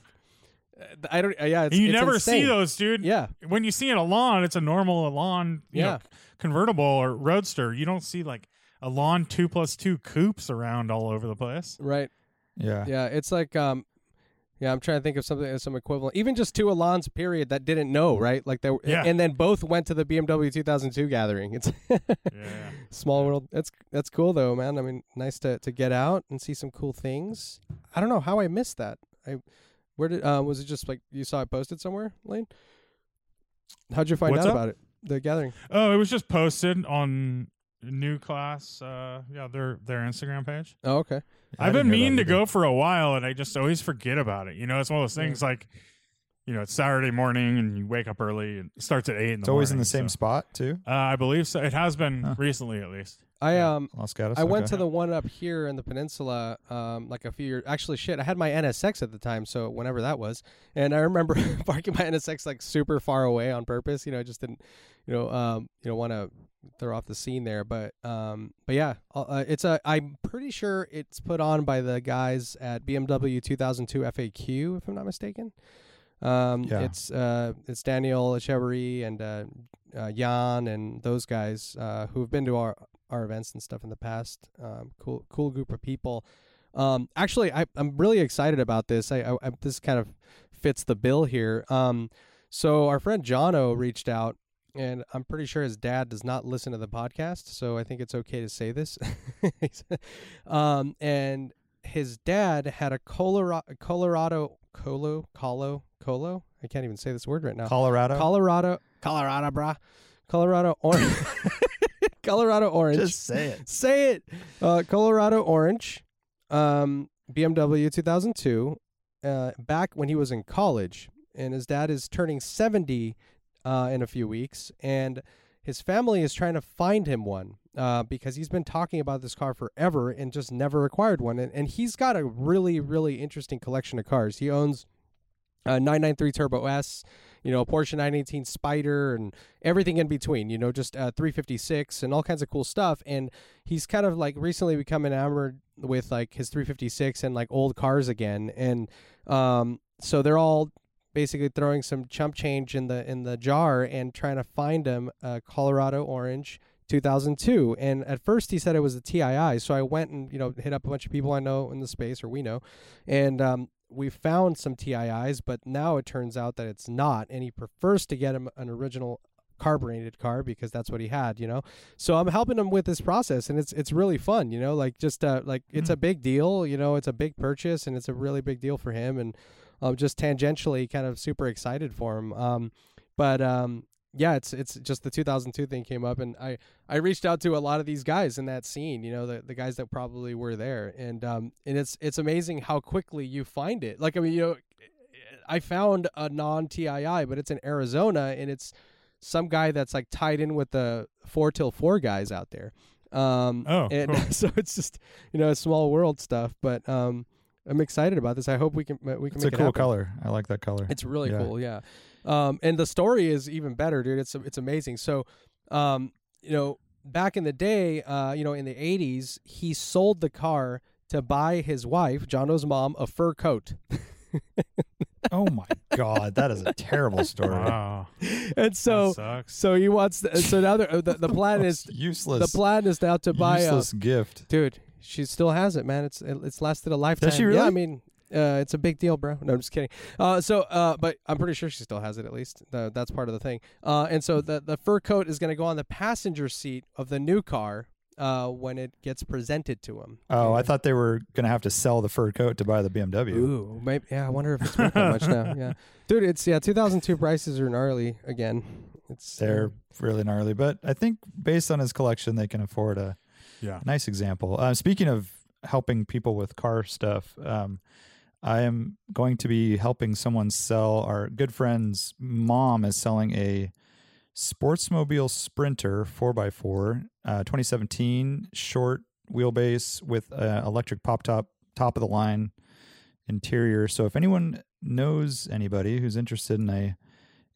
D: uh, I don't. Uh, yeah, it's,
F: and you
D: it's
F: never see
D: insane.
F: those, dude.
D: Yeah,
F: When you see an Elan, it's a normal Elan, you know,
D: Yeah.
F: convertible or roadster. You don't see like Elan two plus two coupes around all over the
D: *laughs*
F: place.
D: right.
E: Yeah.
D: Yeah, it's like um, yeah, I'm trying to think of something uh, some equivalent. Even just two Alans period that didn't know, right? Like they were,
F: Mm-hmm. Yeah.
D: and then both went to the BMW 2002 gathering. It's *laughs*
F: Yeah.
D: small world. That's that's cool though, man. I mean, nice to to get out and see some cool things. I don't know how I missed that. I where did uh, was it just like you saw it posted somewhere, Lane? How'd you find
F: What's
D: out
F: up?
D: about it? The gathering.
F: Oh, it was just posted on new class uh yeah their their instagram page
D: Oh, okay.
E: I
F: i've been
E: didn't hear
F: meaning
E: that
F: to
E: either.
F: go for a while and i just always forget about it you know it's one of those things like you know it's saturday morning and you wake up early and it starts at eight in
E: It's
F: the
E: always in
F: morning,
E: the same
F: so-
E: spot too.
F: uh, i believe so it has been
E: Huh.
F: recently at
E: *laughs*
F: least
D: I
F: Yeah.
D: um
E: Los Gatos.
D: I went to
E: okay.
D: the one up here in the peninsula, um, like a few years. Actually, shit, I had my NSX at the time, so whenever that was, and I remember *laughs* parking my NSX like super far away on purpose. You know, I just didn't, you know, um, you know, want to throw off the scene there. But, um, but yeah, uh, it's a. I'm pretty sure it's put on by the guys at BMW 2002 FAQ, if I'm not mistaken. Um,
E: Yeah.
D: it's uh, it's Daniel Echeverry and uh, uh, Jan and those guys uh, who have been to our our events and stuff in the past. Um, cool, cool group of people. Um, actually, I, I'm really excited about this. I, I, I this kind of fits the bill here. Um, so our friend Jono reached out, and I'm pretty sure his dad does not listen to the podcast, so I think it's okay to say this. *laughs* um, and his dad had a Colorado, Colorado, Colo, Colo, Colo. I can't even say this word right now.
E: Colorado.
D: Colorado, Colorado, brah. Colorado orange. *laughs* Colorado orange.
E: Just say it.
D: Say it. Uh, Colorado orange. Um, BMW 2002. Uh, back when he was in college, and his dad is turning 70 uh, in a few weeks, and his family is trying to find him one uh, because he's been talking about this car forever and just never acquired one. And, and he's got a really, really interesting collection of cars. He owns uh, 993 Turbo S, you know, a Porsche 918 Spider, and everything in between, you know, just uh, 356 and all kinds of cool stuff. And he's kind of like recently become enamored with like his 356 and like old cars again. And um, so they're all basically throwing some chump change in the in the jar and trying to find him a Colorado Orange 2002. And at first he said it was a TII. So I went and, you know, hit up a bunch of people I know in the space or we know. And um, we found some TIIs, but now it turns out that it's not. And he prefers to get him an original carbureted car because that's what he had, you know. So I'm helping him with this process and it's it's really fun, you know, like just uh like it's a big deal, you know, it's a big purchase and it's a really big deal for him and I'm uh, just tangentially kind of super excited for him. Um but um yeah, it's it's just the 2002 thing came up, and I I reached out to a lot of these guys in that scene, you know, the, the guys that probably were there, and um and it's it's amazing how quickly you find it. Like I mean, you know, I found a non TII, but it's in Arizona, and it's some guy that's like tied in with the four till four guys out there. Um,
F: Oh,
D: and
F: cool.
D: *laughs* so it's just you know small world stuff, but um I'm excited about this. I hope we can we can
E: It's a
D: make it
E: cool
D: happen.
E: color. I like that color.
D: It's really
E: Yeah.
D: cool, yeah. Um, and the story is even better, dude. It's it's amazing. So, um, you know, back in the day, uh, you know, in the '80s, he sold the car to buy his wife, John Doe's mom, a fur coat.
E: oh
D: *laughs*
E: my god, that is a terrible story.
F: Wow.
D: and so,
F: that sucks.
D: so he wants. The, so now the, the the plan is
E: Most *laughs* useless.
D: the plan is now to buy a
E: useless gift.
D: dude. She still has it, man. It's it, it's lasted a lifetime.
E: she
D: Yeah, I
E: really?
D: mean. Uh, it's a big deal, bro. No, I'm just kidding. Uh, so, uh, but I'm pretty sure she still has it. At least uh, that's part of the thing. Uh, and so the the fur coat is going to go on the passenger seat of the new car uh, when it gets presented to him.
E: Oh, I thought they were gonna have to sell the fur coat to buy the BMW.
D: Ooh, maybe. Yeah, I wonder if it's worth that much
E: *laughs*
D: now. Yeah, dude, it's yeah. 2002 prices are gnarly again. It's uh,
E: They're really gnarly, but I think based on his collection, they can afford a
C: Yeah.
E: nice example. Uh, speaking of helping people with car stuff, um, I am going to be helping someone sell. Our good friend's mom is selling a Sportsmobile Sprinter 4x4, uh, 2017, short wheelbase with uh, electric pop top, top of the line interior. So if anyone knows anybody who's interested in a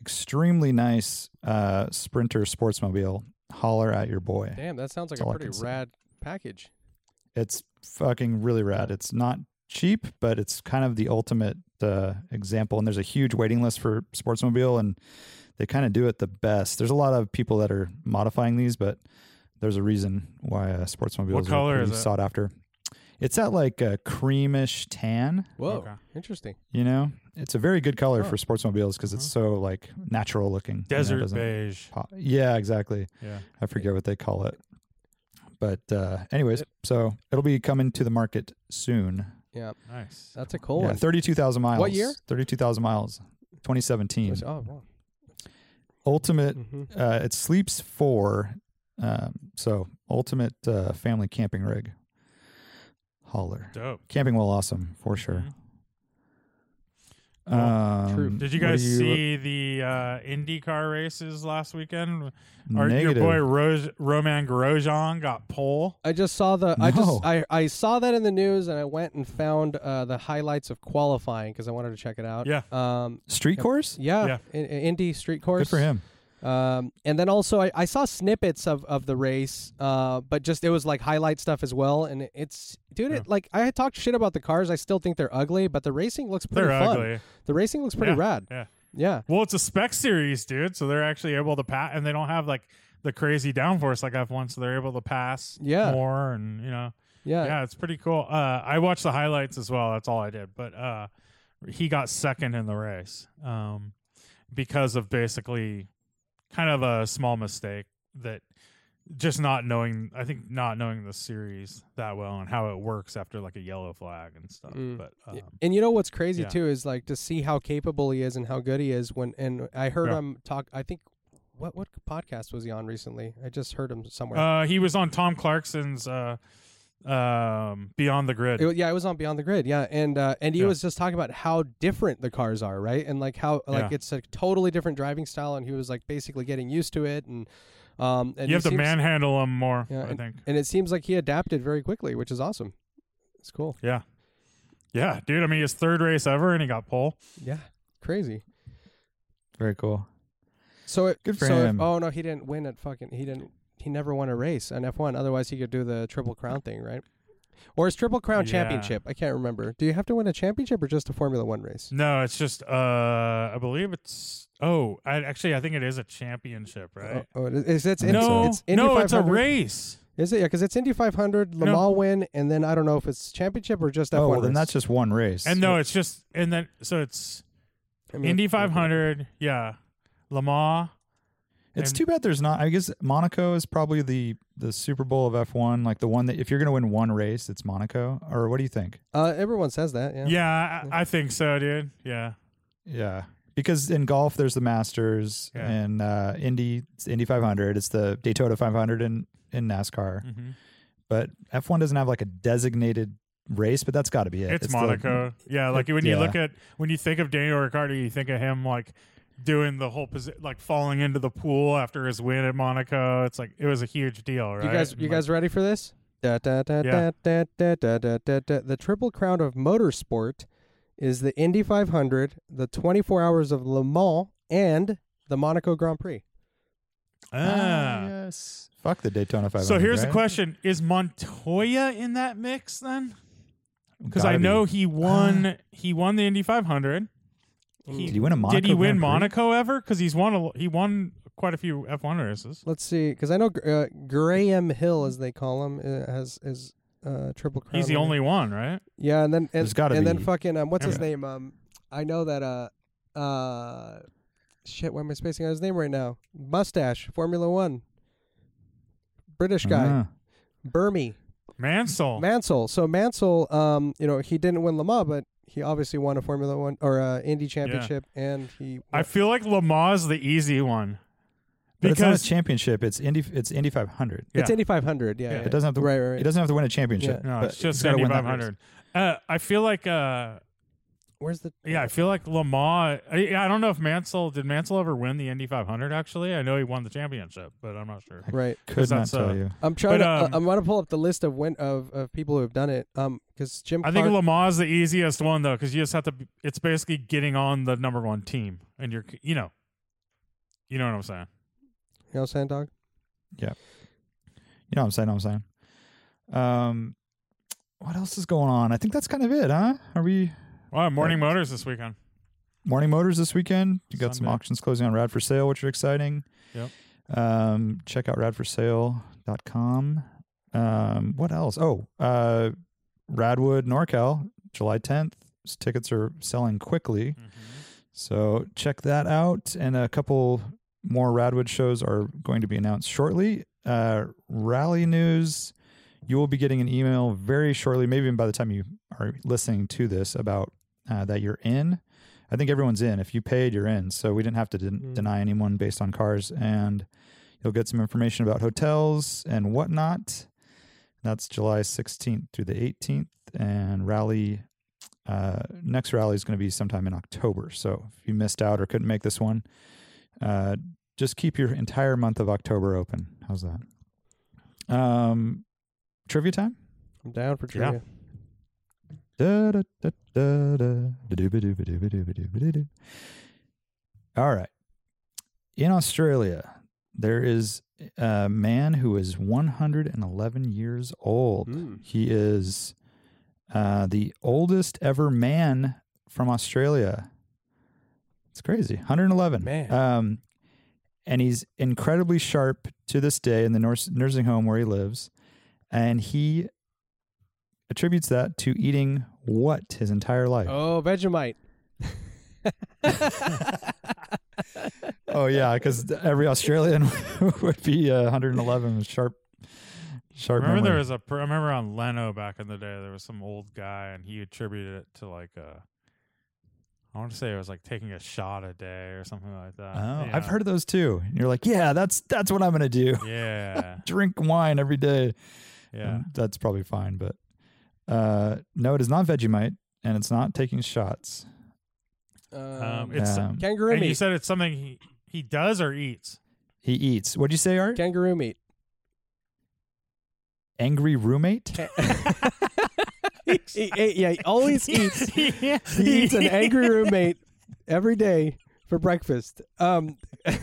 E: extremely nice uh, Sprinter Sportsmobile, holler at your boy.
D: damn. That sounds like
E: That's all
D: a
E: I
D: pretty
E: can say.
D: rad package.
E: It's fucking really rad. It's not cheap, but it's kind of the ultimate uh, example. And there's a huge waiting list for Sportsmobile, and they kind of do it the best. There's a lot of people that are modifying these, but there's a reason why uh, Sportsmobile
C: What
E: is
C: color
E: pretty
C: is it?
E: sought after. It's that like a creamish tan,
D: Whoa,
C: Okay.
D: interesting.
E: you know. It's a very good color
C: Oh. Uh-huh.
E: for sportsmobiles because it's so like natural looking. you know, it
C: Desert
E: doesn't
C: beige.
E: pop- Yeah, exactly.
C: Yeah.
E: I forget what they call it. But uh anyways, so it'll be coming to the market soon.
C: Nice.
D: That's a cool
E: yeah,
D: one.
E: 32,000 miles.
D: What year?
E: 32,000 miles. 2017.
D: Oh, wow.
E: Ultimate
D: Mm-hmm.
E: uh it sleeps 4 um so ultimate uh family camping rig. Holler.
C: Dope.
E: Camping well awesome for
D: Mm-hmm.
E: sure.
C: Mhm.
E: Um,
D: Oh, True.
C: Did you
E: what do
C: guys see the uh, IndyCar races last weekend? Our, your
E: Negative.
C: boy Rose, Roman Grosjean got pole.
D: I just saw the. I
E: No.
D: just I, I saw that in the news, and I went and found uh, the highlights of qualifying because I wanted to check it out.
C: Yeah.
D: Um.
E: Street
D: Yep.
E: course?
D: Yeah.
C: Yeah.
D: In, in Indy street course.
E: Good for him.
D: Um. And then also I, I saw snippets of of the race. Uh. But just it was like highlight stuff as well, and it's dude.
C: Yeah.
D: It like I had talked shit about the cars. I still think they're ugly, but the racing looks pretty
C: They're
D: fun.
C: ugly.
D: The racing looks pretty
C: Yeah,
D: rad.
C: yeah.
D: Yeah.
C: Well, it's a spec series, dude. So they're actually able to pass, and they don't have like the crazy downforce like F1, so they're able to pass
D: Yeah.
C: more, and you know,
D: Yeah.
C: yeah, it's pretty cool. Uh, I watched the highlights as well. That's all I did, but uh, he got second in the race um, because of basically kind of a small mistake that just not knowing. I think not knowing the series that well and how it works after like a yellow flag and stuff.
D: Mm.
C: But
D: Y-
C: um,
D: and you know what's crazy
C: yeah.
D: too is like to see how capable he is and how good he is when and I heard
C: Yeah.
D: him talk I think what what podcast was he on recently? I just heard him somewhere.
C: uh, he was on Tom Clarkson's uh, um, Beyond the Grid.
D: It wa- yeah, it was on Beyond the Grid. Yeah, and uh, and he
C: Yeah.
D: was just talking about how different the cars are, right? And like how like
C: Yeah.
D: it's a totally different driving style, and he was like basically getting used to it, and um,
C: you
D: and he
C: have to
D: seems-
C: manhandle him more.
D: Yeah,
C: I think.
D: and it seems like he adapted very quickly, which is awesome. It's cool.
C: Yeah, dude. I mean, his third race ever, and he got pole.
D: Yeah, crazy.
E: Very cool.
D: So it
E: Good for
D: so if-
E: him.
D: oh no, he didn't win at fucking. He didn't. He never won a race on F1. Otherwise, he could do the triple crown thing, right? Or is triple crown
F: Yeah.
D: championship? I can't remember. Do you have to win a championship or just a Formula One race?
F: No, it's just uh I believe it's oh, I actually I think it is a championship, right?
D: Oh, oh, it is it's, it's
F: no,
D: it's Indy
F: no, it's a
D: 500.
F: race.
D: Is it? Yeah, because it's Indy 500, Le
F: No.
D: Mans win, and then I don't know if it's championship or just F1.
E: Oh, well, then
D: race.
E: that's just one race.
F: And no, it's just and then so it's
D: I mean,
F: Indy
D: okay.
F: 500, yeah. Le Mans.
E: It's
F: And-
E: too bad there's not. I guess Monaco is probably the the Super Bowl of F1, like the one that if you're going to win one race, it's Monaco. Or what do you think?
D: Uh, everyone says that. Yeah.
F: Yeah, I, I think so, dude. Yeah.
E: Yeah, because in golf there's the Masters
F: Yeah.
E: and uh, Indy it's the Indy 500. It's the Daytona 500 in in NASCAR.
F: hmm
E: But F1 doesn't have like a designated race, but that's got to be it.
F: It's,
E: the-
F: Monaco.
E: *laughs*
F: yeah, like when you
E: yeah.
F: look at when you think of Daniel Ricciardo, you think of him like doing the whole posi- like falling into the pool after his win at Monaco. It's like it was a huge deal, right?
D: You guys,
F: And,
D: you
F: like,
D: guys ready for this? Da, da, da,
F: Yeah.
D: da, da, da, da, da, da. The triple crown of motorsport is the Indy 500, the 24 Hours of Le Mans, and the Monaco Grand Prix.
F: ah.
E: yes. Fuck the Daytona 500.
F: So here's
E: right?
F: the question: Is Montoya in that mix then? Because
E: Gotta
F: I
E: be. Ah.
F: know he won. he won the Indy 500.
E: Did he win a Monaco?
F: Did he win
E: Grand Prix?
F: Monaco ever? Because he's won. A, he won quite a few F1 races.
D: Let's see, because I know Gr- uh, Graham Hill, as they call him, uh, has is uh, triple crown.
F: He's the
D: winner.
F: only one, right?
D: Yeah, and then and,
E: There's gotta
D: and then
E: be.
D: fucking um, what's his
F: Yeah.
D: name? Um, I know that uh, uh, shit. Why am I spacing out his name right now? Mustache, Formula One, British guy,
E: Ah.
D: Burmy.
F: Mansell.
D: Mansell. So Mansell, um, you know, he didn't win Le Mans, but he obviously won a Formula One or uh, Indy Championship, and he.
F: I feel like Lama's the easy one
E: But it's not a
F: because
E: championship. It's Indy. It's Indy 500.
D: It's
F: yeah.
D: Indy 500. Yeah, yeah.
E: It doesn't have to.
D: Right, right, right.
E: It doesn't have to win a championship.
F: no,
E: but
F: it's just
E: he's gotta
F: Indy
E: win that race.
F: 500. Uh, I feel like. Uh,
D: Where's the?
F: yeah, I feel like Lama. I, I don't know if Mansell did Mansell ever win the Indy 500. Actually, I know he won the championship, but I'm not sure.
D: Right.
E: Could not
F: that's,
E: tell
F: uh,
E: you.
D: I'm trying
F: But,
D: to.
F: um,
D: I, am gonna pull up the list of when of, of people who have done it. Um, because Jim.
F: I think
D: Clark-
F: Lama's the easiest one though, because you just have to. It's basically getting on the number one team, and you're, you know, you know what I'm saying.
D: you know, what I'm saying, dog.
E: You know what I'm saying? I'm saying. Um, what else is going on? I think that's kind of it, huh? Are we
F: Wow, Morning Motors this weekend.
E: morning motors this weekend? You got some
F: Sunday.
E: auctions closing on Rad for Sale, which are exciting.
F: Yep.
E: Um, check out radforsale.com. Um, what else? Oh, uh, Radwood NorCal, July 10th. S- Tickets are selling quickly, so check that out. And a couple more Radwood shows are going to be announced shortly. Uh, rally news. You will be getting an email very shortly, maybe even by the time you are listening to this, about uh, that you're in. I think everyone's in. If you paid, you're in. So we didn't have to den- deny anyone based on cars. And you'll get some information about hotels and whatnot. That's July 16th through the 18th. And rally, uh, next rally is going to be sometime in October. So if you missed out or couldn't make this one, uh, just keep your entire month of October open. How's that? Um, trivia time.
D: I'm down for
F: Yeah.
D: trivia.
E: Da, da, da, da, da, da-doo-ba-doo-ba-doo-ba-doo-ba-doo-ba-doo-doo. All right. In Australia, there is a man who is 111 years old.
F: Hmm.
E: He is uh, the oldest ever man from Australia. It's crazy. 111.
D: Man.
E: Um, and he's incredibly sharp to this day in the nurs- nursing home where he lives. And he attributes that to eating what his entire life? Oh,
D: Oh, Vegemite.
E: Oh, yeah, because every Australian *laughs* would be uh, 111 with sharp, sharp
F: Remember there
E: memory.
F: was a. pr- I remember on Leno back in the day, there was some old guy, and he attributed it to like a. I want to say it was like taking a shot a day or something like that.
E: oh,
F: Yeah.
E: I've heard of those too. And you're like, yeah, that's that's what I'm gonna do. *laughs*
F: Yeah,
E: Drink wine every day.
F: yeah.
E: And that's probably fine, but uh, no, it is not Vegemite, and it's not taking shots.
D: Um,
F: Um, it's
E: Um,
D: kangaroo
F: and
D: meat.
F: you said it's something he he does or
E: *laughs*
F: eats.
E: he eats. What'd you say, Art?
D: kangaroo meat.
F: *laughs*
E: Angry roommate.
D: He- he- yeah, he always eats.
F: *laughs* yeah,
D: He eats an angry roommate every day for breakfast. Um,
E: *laughs*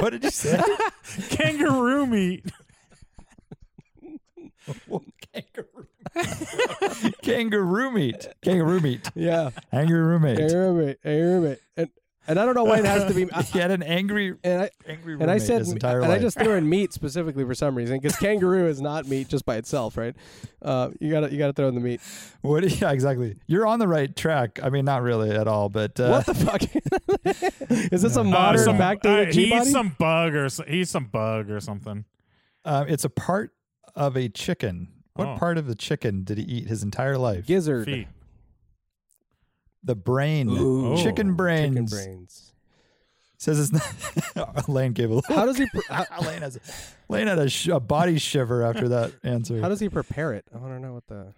E: what did you say?
D: *laughs*
E: *laughs*
F: Kangaroo meat.
E: Kangaroo *laughs* meat. Kangaroo meat.
D: yeah,
E: Angry roommate.
D: aerobate, aerobate, and and I don't know why it has to be. I,
E: *laughs* He had an angry,
D: and I
E: angry roommate
D: and I said
E: his
D: m-
E: entire
D: and
E: life.
D: I just
E: *laughs*
D: threw in meat specifically for some reason because kangaroo is not meat just by itself, right? Uh, you gotta you gotta throw in the meat.
E: what? *laughs* Yeah, exactly. You're on the right track. I mean, not really at all, but uh,
D: what the fuck? *laughs* is this a
F: Uh,
D: modern
F: some-
D: back to
F: uh,
D: the
F: he
D: G
F: eats
D: body?
F: some bug or so, he's some bug or something.
E: uh, it's a part of a chicken. What
F: Oh.
E: part of the chicken did he eat his entire life?
D: Gizzard,
F: Feet.
E: the brain,
D: Ooh.
E: chicken brains.
D: chicken brains.
E: Says it's not. *laughs* Lane gave a little.
D: How does he? Pr-
E: *laughs*
D: how,
E: Lane has, Lane had a, sh- a body shiver after that answer.
D: how does he prepare it? I want to know what the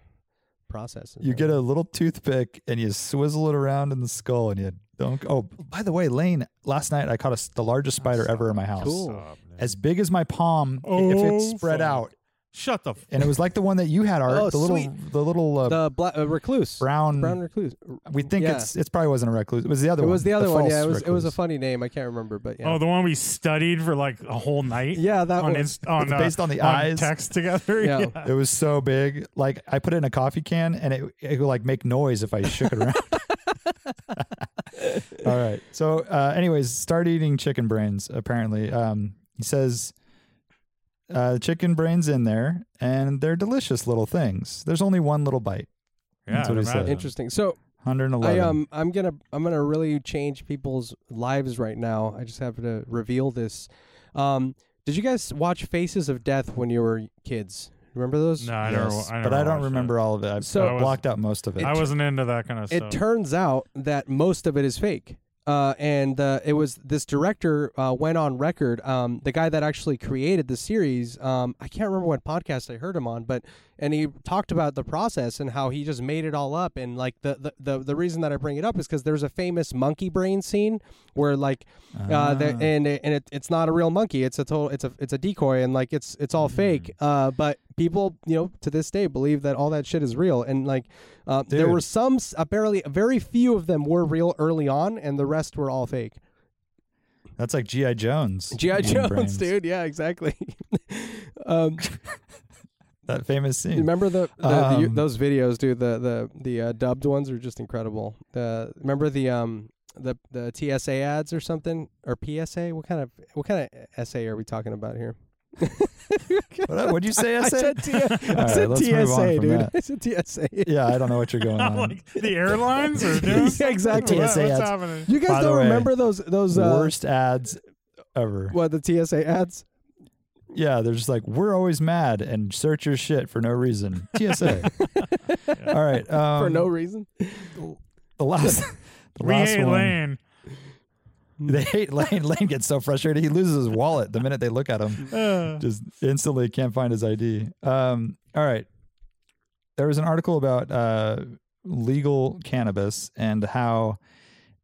D: process is.
E: you get a little toothpick and you swizzle it around in the skull and you don't. Oh, by the way, Lane, last night I caught a s the largest spider ever in my house.
F: Stop, Oh, man.
E: As big as my palm, i- if
F: Oh,
E: it spread
F: fuck.
E: out,
F: Shut the. F-
E: and it was like the one that you had, Art.
D: Oh,
E: the little,
D: sweet.
E: the little uh,
D: the bla- uh, recluse,
E: brown,
D: brown recluse. R-
E: We think
D: yeah.
E: it's it's probably wasn't a recluse. It was the other
D: It
E: one.
D: was the other one. Yeah,
E: false
D: it was. It was a
E: recluse.
D: funny name. I can't remember, but yeah.
F: Oh, the one we studied for like a whole night.
D: yeah, that
F: on
D: one.
F: inst- on,
E: It's
F: uh,
E: based on the
F: on
E: eyes.
F: text together. *laughs*
D: Yeah.
E: It was so big. Like I put it in a coffee can and it, it would like make noise if I shook it around. *laughs* All right. So uh anyways, start eating chicken brains, apparently. Um he says uh chicken brains in there and they're delicious little things. There's only one little bite.
F: Yeah,
E: That's what
F: I'd
E: he said.
F: imagine.
D: Interesting. So
E: 111.
D: I um I'm gonna I'm gonna really change people's lives right now. I just have to reveal this. Um, did you guys watch Faces of Death when you were kids? Remember those?
F: No, I
E: Yes,
F: never, wa- I never
E: but I don't
F: watched it.
E: remember all of it. I've
D: So-
E: I blocked out most of it.
F: I wasn't into that kind of
D: it
F: stuff.
D: turns out that most of it is fake. Uh, and uh, it was this director uh, went on record. Um, the guy that actually created the series, um, I can't remember what podcast I heard him on, but and he talked about the process and how he just made it all up. And like the the, the, the reason that I bring it up is because there's a famous monkey brain scene where like uh, the, and it- and it, it's not a real monkey. It's a total. It's a it's a decoy, and like it's it's all fake. Uh, but people, you know, to this day believe that all that shit is real. And like, uh, there were some s- apparently very few of them were real early on, and the rest were all fake.
E: That's like GI Jones.
D: GI
E: eating
D: Jones,
E: brains.
D: dude. Yeah, exactly. *laughs* um,
E: That famous
D: you
E: scene.
D: remember the, the, the you-
E: Um,
D: those videos, dude. The the the uh, dubbed ones are just incredible. Uh, remember the um. The, the TSA ads or something or PSA? What kind of what kind of essay are we talking about here? *laughs*
E: What would you say?
D: I
E: Essa?
D: said, T- I
E: right,
D: said
E: let's move on
D: TSA,
E: from
D: dude.
E: that.
D: *laughs* I said
E: *laughs*
D: TSA.
E: yeah, I don't know what
D: *laughs*
E: you're going
F: *laughs*
E: on.
F: like the airlines
E: *laughs*
F: or
D: Yeah,
F: doing something?
D: *laughs* exactly.
F: What-
E: TSA
F: what's
E: ads.
F: happening?
D: You guys
E: By the
D: don't
E: way,
D: remember those those uh,
E: worst ads ever.
D: what the TSA ads?
E: Yeah, they're just like we're always mad and search your shit for
D: *laughs*
E: no reason. TSA. All right. Um,
D: for no
E: *laughs*
D: reason.
E: the last, the
F: We
E: last
F: hate
E: one.
F: Lane.
E: They hate Lane. Lane gets so frustrated he loses his wallet the minute they look at him. *laughs*
F: Uh,
E: Just instantly can't find his ID. Um, all right. There was an article about uh, legal cannabis and how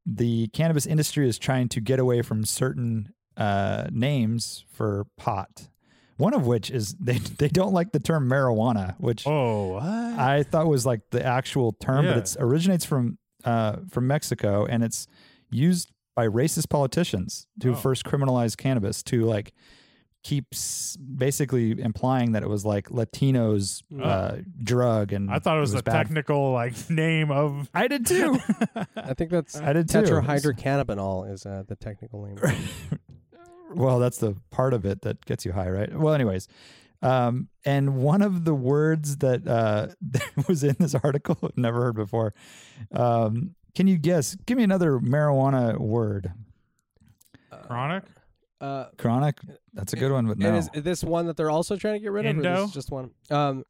E: the cannabis industry is trying to get away from certain uh, names for pot. One of which is they *laughs* they don't like the term marijuana, which
F: oh, what?
E: I thought was like the actual term, but
F: Yeah.
E: it's originates from uh, from Mexico, and it's used by racist politicians to
F: Oh.
E: first criminalize cannabis to like keeps basically implying that it was like Latinos uh, drug, and
F: Mm. I thought it was, the
E: bad.
F: technical like name of.
E: I did too.
F: *laughs*
D: I think that's
E: I did too.
D: tetrahydrocannabinol is uh, the technical
E: *laughs*
D: name.
E: Well, that's the part of it that gets you high, right? Well, anyways, um, and one of the words that uh, *laughs* that was in this article *laughs* I've never heard before. Um, can you guess? Give me another marijuana word. *laughs*
F: Chronic?
D: Uh,
E: Chronic. That's a good one, but
D: And
E: no,
D: is this one that they're also trying to get rid of? Or
F: Indo?
D: this is just one. Um,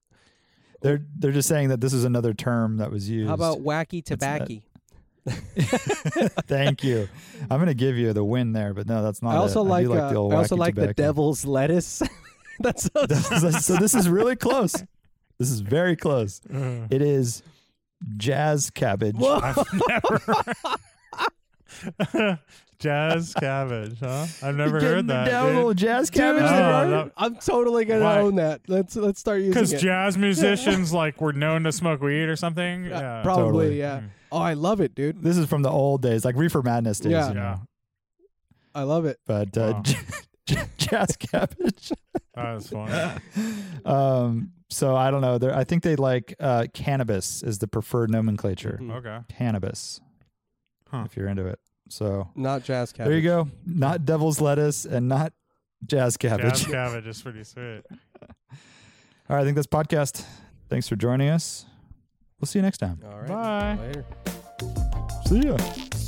E: they're they're just saying that this is another term that was used.
D: how about wacky tobacco?
E: *laughs* Thank you. I'm gonna give you the win there, but no, that's not.
D: I also
E: it.
D: like,
E: do
D: uh,
E: the old
D: I also
E: wacky
D: like the
E: tobacco.
D: devil's lettuce. *laughs* that's so
E: *laughs* so this is really close. This is very close.
F: *laughs*
E: It is jazz cabbage.
F: I've never. *laughs* Jazz cabbage, huh? I've never heard that.
E: down
F: dude.
E: little jazz cabbage.
F: Oh,
E: there,
F: no.
E: Art?
D: *laughs* I'm totally gonna
F: Why?
D: own that. Let's let's start using
F: because
D: it.
E: *laughs*
F: jazz musicians like were known to smoke weed or something.
D: Uh,
F: Yeah, Hmm.
D: probably,
E: totally.
D: yeah. Oh, I love it, dude.
E: This is from the old days, like Reefer Madness days.
D: Yeah.
E: you know.
F: yeah,
D: I love it.
E: But uh,
F: Wow.
E: j- *laughs* jazz cabbage.
F: that was funny.
E: *laughs* um, so I don't know. There, I think they like uh, cannabis is the preferred nomenclature.
D: Mhm.
F: Okay,
E: Cannabis,
F: Huh.
E: if you're into it. So
D: Not jazz cabbage.
E: there you go. Not devil's lettuce and not jazz cabbage.
F: jazz cabbage is pretty sweet.
E: *laughs* All right, I think that's podcast. Thanks for joining us. We'll see you next time.
D: All right.
F: Bye.
D: Later.
E: See ya.